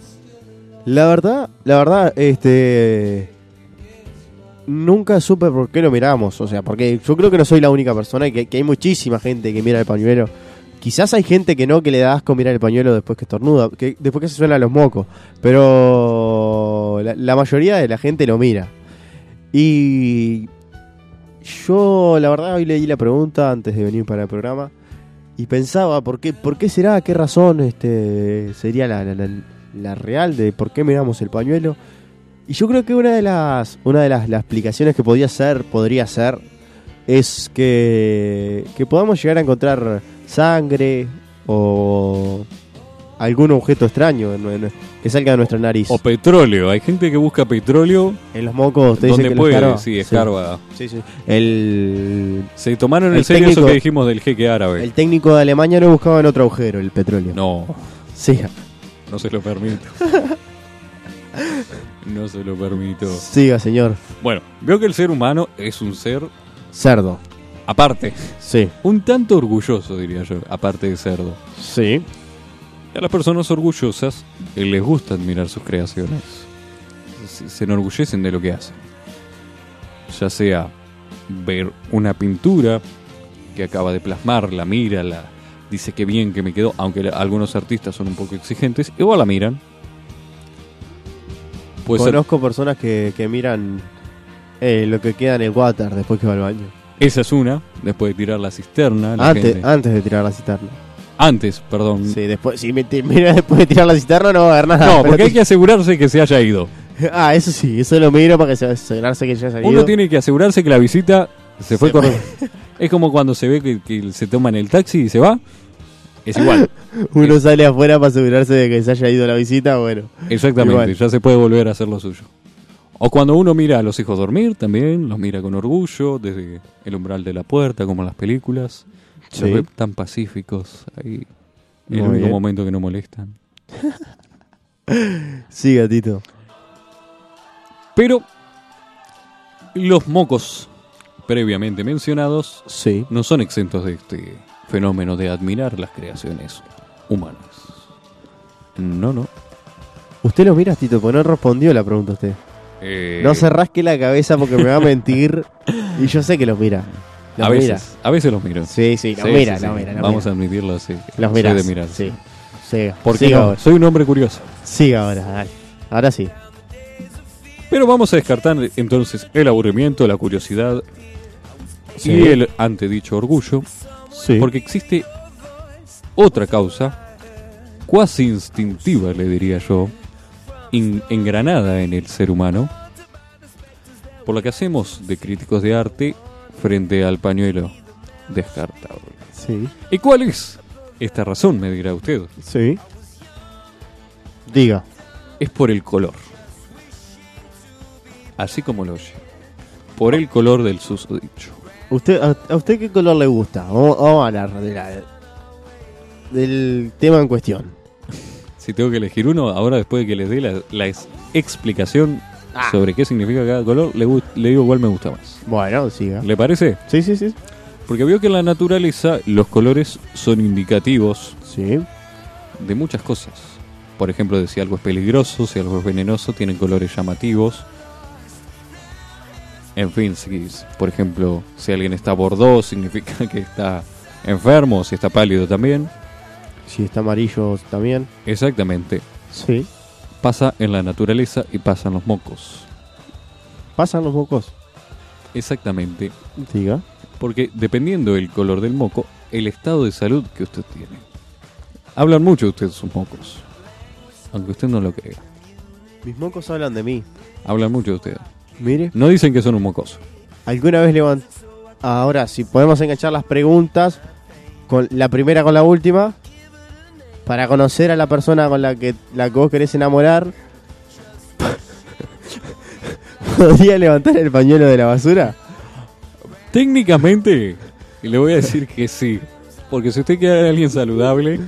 La verdad, la verdad, este... Nunca supe por qué lo miramos, o sea, porque yo creo que no soy la única persona y que, que hay muchísima gente que mira el pañuelo. Quizás hay gente que no, que le da asco mirar el pañuelo después que estornuda, que, después que se suenan los mocos, pero la, la mayoría de la gente lo mira. Y yo, la verdad, hoy leí la pregunta antes de venir para el programa y pensaba, ¿por qué, por qué será? ¿Qué razón este, sería la, la- la- la real de por qué miramos el pañuelo? Y yo creo que una de las, una de las, las explicaciones que podía ser, podría ser, es que, que podamos llegar a encontrar sangre o algún objeto extraño en- en- que salga de nuestra nariz.
O petróleo. Hay gente que busca petróleo
En los mocos te dicen
donde
que
puede.
escarba.
Sí, escarba.
Sí, sí. El,
Se tomaron en
El
serio eso
técnico-
que dijimos del jeque árabe.
el técnico de Alemania no buscaba en otro agujero el petróleo.
No,
Sí,
no se lo
[laughs]
permito. no se lo permito.
siga, señor.
Bueno, veo que el ser humano es un ser
Cerdo.
aparte.
Sí.
Un tanto orgulloso, diría yo, aparte de cerdo.
Sí.
Y a las personas orgullosas eh, les gusta admirar sus creaciones. Se se enorgullecen de lo que hacen. Ya sea ver una pintura que acaba de plasmar, la mira, la dice que bien que me quedó, aunque la- algunos artistas son un poco exigentes, igual la miran. Pues Puede ser-
Conozco personas que, que miran eh, lo que queda en el water después que va al baño.
esa es una, después de tirar la cisterna. la
Antes,
gente-
antes de tirar la cisterna.
antes, perdón.
Sí, después, si me te- [laughs] mira después de tirar la cisterna no va a haber nada.
No,
Pero
porque hay
te-
que asegurarse que se haya ido.
[laughs] Ah, eso sí, eso lo miro para que se asegurarse que ya haya
Uno
ido.
tiene que asegurarse que la visita se fue
Se
correcta.
[laughs]
Es como cuando se ve que, que se toma en el taxi y se va. Es
[laughs]
igual,
Uno sale afuera para asegurarse de que se haya ido la visita, bueno.
exactamente,
Igual.
ya se puede volver a hacer lo suyo. O cuando uno mira a los hijos dormir también, los mira con orgullo, desde el umbral de la puerta, como en las películas. Se
Sí.
ve tan pacíficos ahí. El
Muy
único
bien.
momento que no molestan.
Sí, gatito.
Pero los mocos previamente mencionados
Sí.
no son exentos de este fenómeno de admirar las creaciones humanas. No, no.
Usted lo mira, Tito, porque no respondió la pregunta usted.
Eh,
No se rasque la cabeza porque me va
[laughs]
a mentir. y yo sé que los mira. Los
a
mira.
veces, a veces los miro.
Sí, sí, los
Sí,
mira,
sí,
los
sí.
mira. los
Vamos
mira.
a admitirlo así.
Los
Soy
mira.
de mirar.
Sí. Siga.
¿Por qué
Siga
no?
ahora.
Soy un hombre curioso.
Siga ahora, dale. Ahora sí.
Pero vamos a descartar entonces el aburrimiento, la curiosidad
Sí.
y el antedicho orgullo,
Sí.
porque existe otra causa, cuasi instintiva, le diría yo, in- engranada en el ser humano, por la que hacemos de críticos de arte frente al pañuelo descartable.
Sí.
¿Y cuál es esta razón, me dirá usted?
Sí. Diga.
Es por el color. Así como lo oye. Por el color del susodicho.
¿Usted, a, a usted qué color le gusta? Vamos, vamos a hablar de la- del tema en cuestión.
Si tengo que elegir uno, ahora después de que les dé la, la ex- explicación
Ah.
sobre qué significa cada color, le, gu- le digo cuál me gusta más.
Bueno, siga.
¿Le parece?
Sí, sí, sí.
Porque veo que en la naturaleza los colores son indicativos
Sí.
de muchas cosas. Por ejemplo, de si algo es peligroso, si algo es venenoso, tienen colores llamativos. En fin, si, por ejemplo, si alguien está bordó, [laughs] significa que está enfermo, si está pálido también.
Si está amarillo también.
Exactamente.
Sí.
Pasa en la naturaleza y pasan los mocos.
Pasan los mocos.
Exactamente.
Diga.
Porque dependiendo del color del moco, el estado de salud que usted tiene. Hablan mucho de usted sus mocos. Aunque usted no lo crea.
Mis mocos hablan de mí.
Hablan mucho de usted.
Mire.
No dicen que son un mocoso.
¿Alguna vez levant... Ahora, si podemos enganchar las preguntas, con la primera con la última, para conocer a la persona con la que, la que vos querés enamorar, [laughs] ¿podría levantar el pañuelo de la basura?
Técnicamente, le voy a decir que sí. Porque si usted quiere a alguien saludable,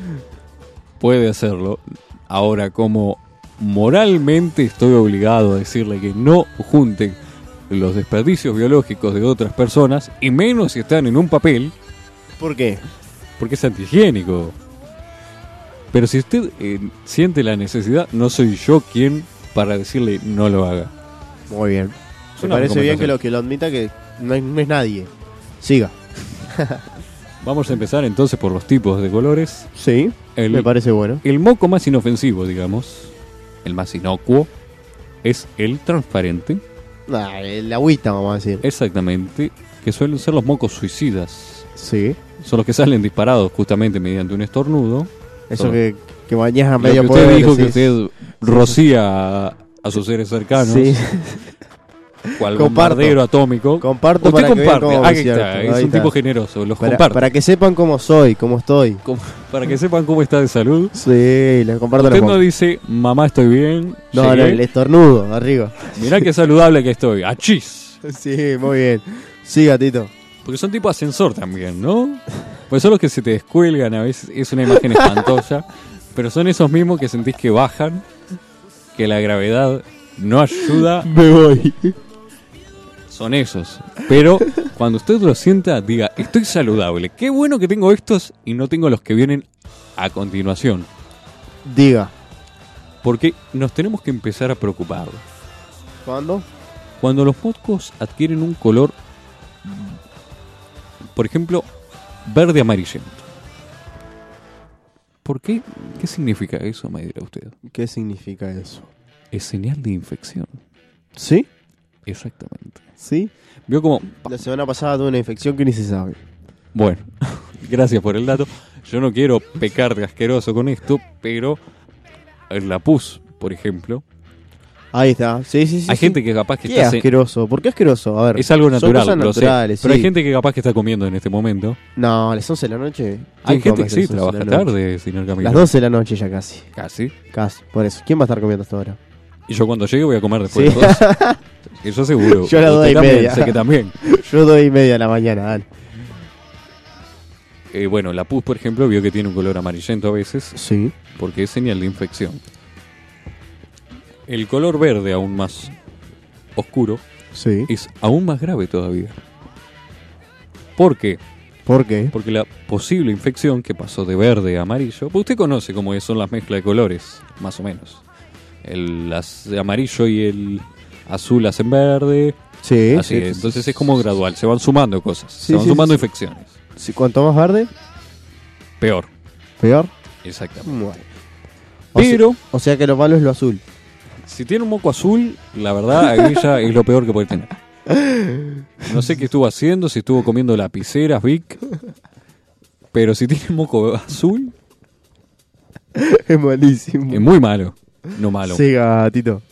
puede hacerlo. Ahora, como moralmente estoy obligado a decirle que no junten los desperdicios biológicos de otras personas, y menos si están en un papel,
¿Por qué?
porque es antihigiénico. Pero si usted eh, siente la necesidad, no soy yo quien para decirle no lo haga.
Muy bien.
Es
Me
una
parece bien que
recomendación.
lo, que lo admita que no es, no es nadie. Siga.
Vamos a empezar entonces por los tipos de colores.
Sí,
El-
me parece bueno.
El moco más inofensivo, digamos, el más inocuo, es el transparente,
Nah, el agüita, vamos a
Eh,
decir.
exactamente, que suelen ser los mocos suicidas.
Sí.
Son los que salen disparados justamente mediante un estornudo.
Eso
Todo.
que, que bañás a
Lo que
medio
usted
pueblo,
dijo
sí.
que usted rocía a, a sus seres cercanos, [laughs]
Sí.
cual
Comparto.
bombardero atómico.
Comparto
usted
para que vean
comparte,
cómo
ahí
es
está,
cierto,
es
ahí
un
está.
tipo generoso, los
Para,
comparte.
para que sepan cómo soy, cómo estoy.
Com- para que sepan cómo está de salud.
Sí, les comparto
Usted
los
no
mocos.
dice, mamá estoy bien,
no, no,
llegué,
el estornudo, arriba. [laughs]
mirá qué saludable que estoy, achis.
Sí, muy bien. Sí, gatito.
Porque son tipo ascensor también, ¿no? Pues son los que se te descuelgan a veces, es una imagen espantosa, pero son esos mismos que sentís que bajan, que la gravedad no ayuda,
Me voy.
son esos. Pero cuando usted lo sienta, diga, estoy saludable, qué bueno que tengo estos y no tengo los que vienen a continuación.
Diga.
Porque nos tenemos que empezar a preocupar.
¿Cuándo?
Cuando los mocos adquieren un color, por ejemplo, verde amarillento. ¿Por qué? ¿Qué significa eso, me dirá usted?
¿Qué significa eso?
Es señal de infección.
¿Sí?
Exactamente.
¿Sí?
Vio como... pa-
La semana pasada tuve una infección que ni se sabe.
Bueno, [laughs] gracias por el dato. Yo no quiero pecar de asqueroso con esto, pero la pus, por ejemplo.
Ahí está. Sí, sí, sí.
Hay
sí.
gente que capaz que
Qué
está... se-
asqueroso. ¿Por qué asqueroso? A ver.
Es algo
son
natural,
cosas
lo sé,
naturales,
Pero hay
sí.
gente que capaz que está comiendo en este momento.
No, a las 11 de la noche.
Hay
¿Quién
gente
come
que
a
sí,
las 11 de la
trabaja
noche?
tarde, señor Camilo.
Las 12 de la noche ya casi.
Casi.
Casi. Por eso. ¿Quién va a estar comiendo hasta
[laughs]
ahora?
Y yo cuando llegue voy a comer después
Sí.
de las 12.
[laughs]
Eso seguro.
Yo a las
Usted
dos y
también,
media.
Sé que también.
Yo doy y media de la mañana, dale.
Eh, bueno, la pus, por ejemplo, vio que tiene un color amarillento a veces
Sí.
porque es señal de infección. El color verde, aún más oscuro,
Sí.
es aún más grave todavía. ¿Por qué?
¿Por qué?
Porque la posible infección que pasó de verde a amarillo, pues usted conoce cómo es- son las mezclas de colores, más o menos. El az- amarillo y el azul hacen verde,
Sí.
Así
sí,
es,
sí,
entonces
sí,
es como
sí,
gradual, se van sumando cosas,
Sí,
se van
sí,
sumando
sí, sí.
infecciones.
sí. Cuanto más verde,
Peor,
peor.
exactamente.
Bueno. O sea-
Pero
o sea que lo malo es lo azul.
si tiene un moco azul, la verdad, ahí ya es lo peor que puede tener. No sé qué estuvo haciendo, si estuvo comiendo lapiceras, Vic. Pero si tiene moco azul,
[laughs] es malísimo.
es muy malo. No malo.
Sí, gatito.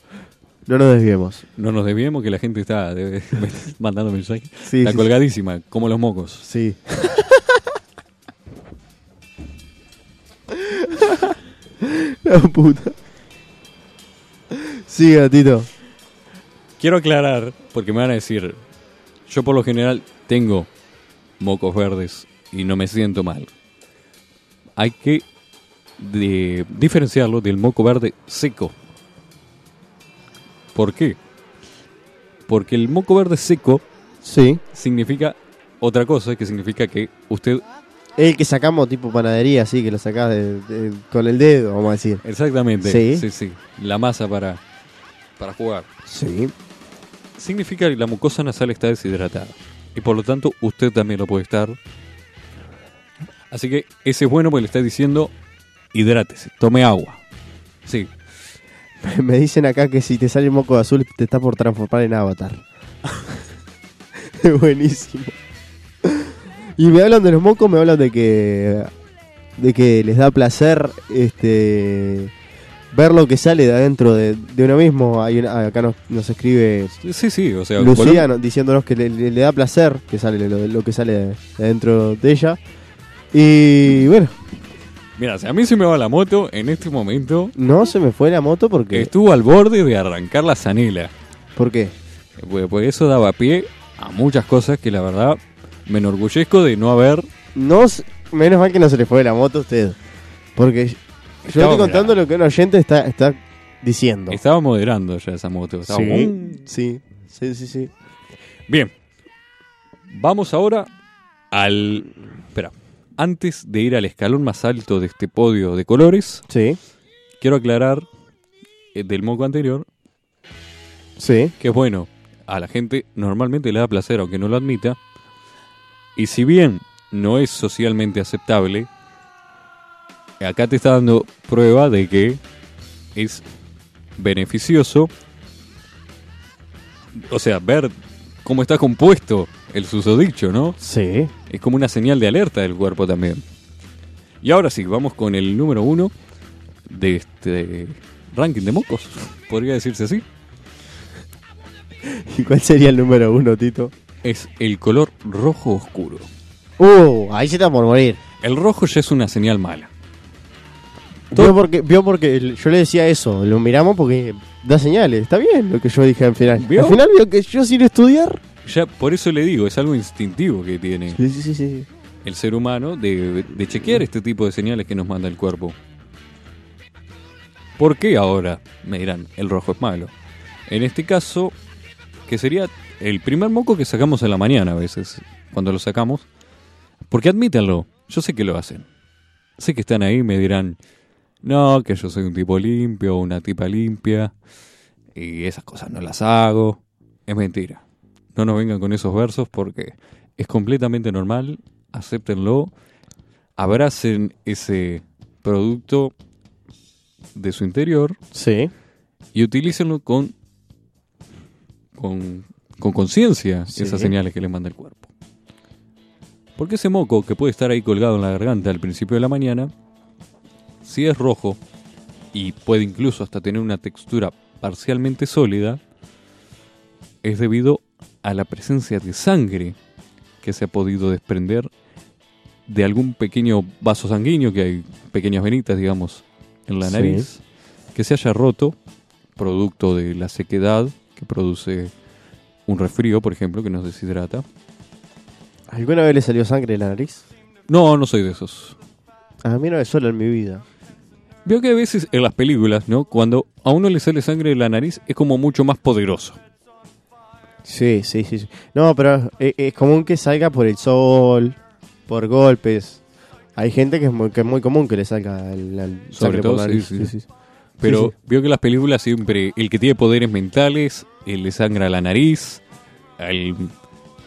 No nos desviemos.
No nos desviemos que la gente está de- [laughs] mandando mensajes.
Sí,
está
sí,
colgadísima, como los mocos.
Sí. [laughs] La puta. Sí, gatito.
Quiero aclarar, porque me van a decir, yo por lo general tengo mocos verdes y no me siento mal. Hay que de- diferenciarlo del moco verde seco. ¿Por qué? Porque el moco verde seco
Sí.
significa otra cosa, que significa que usted
El que sacamos tipo panadería, así que lo sacás de- de- con el dedo, vamos a decir.
exactamente,
Sí.
sí, sí, la masa para para jugar.
Sí.
Significa que la mucosa nasal está deshidratada. Y por lo tanto, usted también lo puede estar. Así que ese es bueno porque le está diciendo hidrátese, tome agua. Sí,
[laughs] Me dicen acá que si te sale un moco de azul te está por transformar en avatar. Es Buenísimo. Y me hablan de los mocos, me hablan de que. de que les da placer este. ver lo que sale de adentro de, de uno mismo. Hay una- acá nos, nos escribe
sí, sí. O sea,
Lucía
Colom-
no- diciéndonos que le, le- le da placer que sale lo, lo que sale de, de adentro de ella. Y bueno,
Mira, si a mí se me va la moto en este momento.
no se me fue la moto porque.
Estuvo al borde de arrancar la zanela.
¿Por qué?
Porque, porque eso daba pie a muchas cosas que la verdad me enorgullezco de no haber.
No, s- menos mal que no se le fue la moto a usted. Porque yo
Estaba
estoy contando lo que un oyente está, está diciendo.
Estaba moderando ya esa moto. estaba
sí,
muy-
sí, sí, sí, sí.
Bien. Vamos ahora al. Espera. Antes de ir al escalón más alto de este podio de colores,
Sí,
quiero aclarar eh, del moco anterior
sí.
que es bueno. A la gente normalmente le da placer, aunque no lo admita. Y si bien no es socialmente aceptable, acá te está dando prueba de que es beneficioso. O sea, ver cómo está compuesto el susodicho, ¿no?
Sí.
Es como una señal de alerta del cuerpo también. Y ahora sí, vamos con el número uno de este ranking de mocos, podría decirse así.
¿Y cuál sería el número uno, Tito?
es el color rojo oscuro.
Uh, ahí se está por morir.
El rojo ya es una señal mala.
Vio porque, vio porque el- yo le decía eso, lo miramos porque da señales. Está bien lo que yo dije al final.
¿Vio?
Al final vio que yo sin estudiar.
Ya por eso le digo, es algo instintivo que tiene
Sí, sí, sí, sí.
el ser humano de, de chequear este tipo de señales que nos manda el cuerpo. ¿Por qué ahora me dirán el rojo es malo? En este caso, que sería el primer moco que sacamos en la mañana a veces, cuando lo sacamos. Porque admítanlo, yo sé que lo hacen. Sé que están ahí y me dirán, no, que yo soy un tipo limpio, una tipa limpia, y esas cosas no las hago. Es mentira. No nos vengan con esos versos porque es completamente normal, acéptenlo, abracen ese producto de su interior
Sí.
y utilícenlo con con con conciencia
Sí.
esas señales que le manda el cuerpo. Porque ese moco que puede estar ahí colgado en la garganta al principio de la mañana, si es rojo y puede incluso hasta tener una textura parcialmente sólida, es debido a la presencia de sangre que se ha podido desprender de algún pequeño vaso sanguíneo, que hay pequeñas venitas, digamos, en la
Sí.
nariz, que se haya roto, producto de la sequedad que produce un resfrío, por ejemplo, que nos deshidrata.
¿Alguna vez le salió sangre de la nariz?
No, no soy de esos.
A mí no me sola en mi vida.
Veo que a veces en las películas, ¿no? Cuando a uno le sale sangre de la nariz es como mucho más poderoso.
Sí, sí, sí. sí. No, pero es, es común que salga por el sol, por golpes. Hay gente que es muy, que es muy común que le salga el, el
Sobre
sangre
todo,
por la nariz.
sí, sí. Pero
Sí,
veo que en las películas siempre el que tiene poderes mentales, él le sangra la nariz, al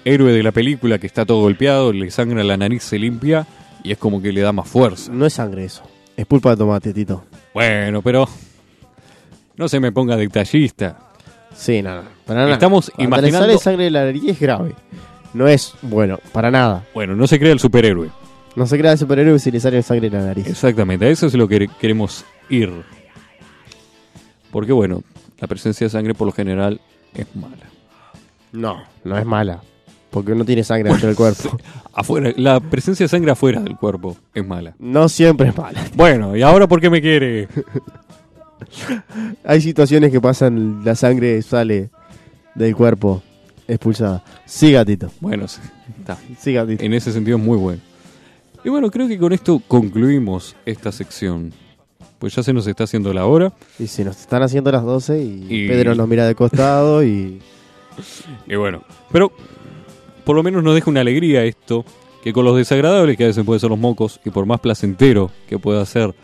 héroe de la película que está todo golpeado, le sangra la nariz, se limpia y es como que le da más fuerza.
No es sangre eso. Es pulpa de tomate, Tito.
Bueno, pero no se me ponga detallista.
Sí, no, no. Para nada.
Estamos
Cuando
imaginando-
le sale sangre de la nariz es grave. No es bueno, para nada.
Bueno, no se crea el superhéroe.
No se crea de superhéroe si le sale sangre de la nariz.
Exactamente, a eso es lo que queremos ir. Porque bueno, la presencia de sangre por lo general es mala.
No, no es mala. Porque uno tiene sangre dentro
[laughs]
del cuerpo.
Afuera, la presencia de sangre afuera del cuerpo es mala.
No siempre es mala.
Bueno, ¿y ahora por qué me quiere?
Hay situaciones que pasan, la sangre sale del cuerpo expulsada. Sí, gatito.
Bueno, sí, está.
Sí, gatito.
En ese sentido es muy bueno. Y bueno, creo que con esto concluimos esta sección. Pues ya se nos está haciendo la hora.
Y si nos están haciendo las 12 y,
Y-
Pedro nos mira de costado y...
Y bueno, pero por lo menos nos deja una alegría esto, que con los desagradables que a veces pueden ser los mocos, y por más placentero que pueda ser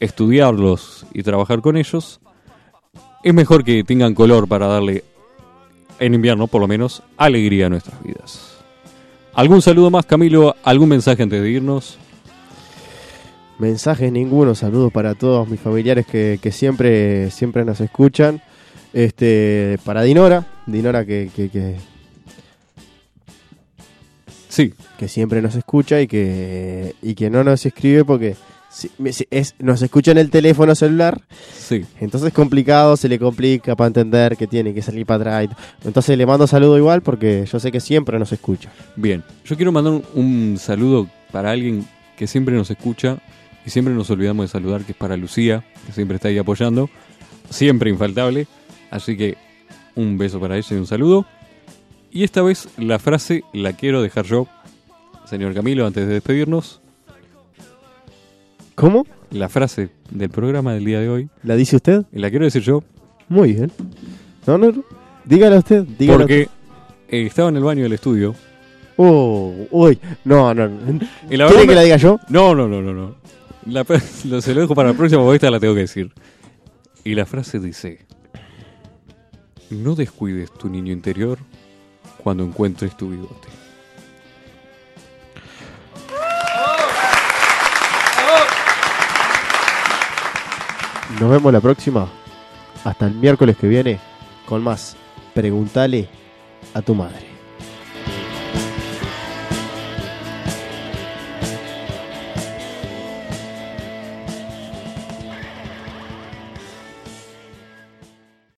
estudiarlos y trabajar con ellos, es mejor que tengan color para darle, en invierno por lo menos, alegría a nuestras vidas. ¿Algún saludo más, Camilo? ¿Algún mensaje antes de irnos?
Mensajes ninguno, saludos para todos mis familiares que, que siempre, siempre nos escuchan. Este, para Dinora, Dinora que, que, que,
Sí,
que siempre nos escucha y que, y que no nos escribe porque si- si- es, nos escucha en el teléfono celular
sí.
Entonces es complicado, se le complica para entender que tiene que salir para atrás. Entonces le mando saludo igual porque yo sé que siempre nos escucha.
Bien, yo quiero mandar un, un saludo para alguien que siempre nos escucha y siempre nos olvidamos de saludar, que es para Lucía, que siempre está ahí apoyando, siempre infaltable. Así que un beso para ella y un saludo. Y esta vez la frase la quiero dejar yo, señor Camilo, antes de despedirnos.
¿Cómo?
La frase del programa del día de hoy
¿La dice usted?
la quiero decir yo
Muy bien. No, no, no. Dígala usted, dígala.
porque eh, estaba en el baño del estudio.
usted. Oh, uy. No, no. no.
Y la
¿Quiere
verdad
que
me-
la diga yo?
No, no, no, no, no. La fra- [laughs] lo- se lo dejo para la próxima porque esta la tengo que decir. Y la frase dice: No descuides tu niño interior cuando encuentres tu bigote.
Nos vemos la próxima. Hasta el miércoles que viene con más. Pregúntale a tu madre.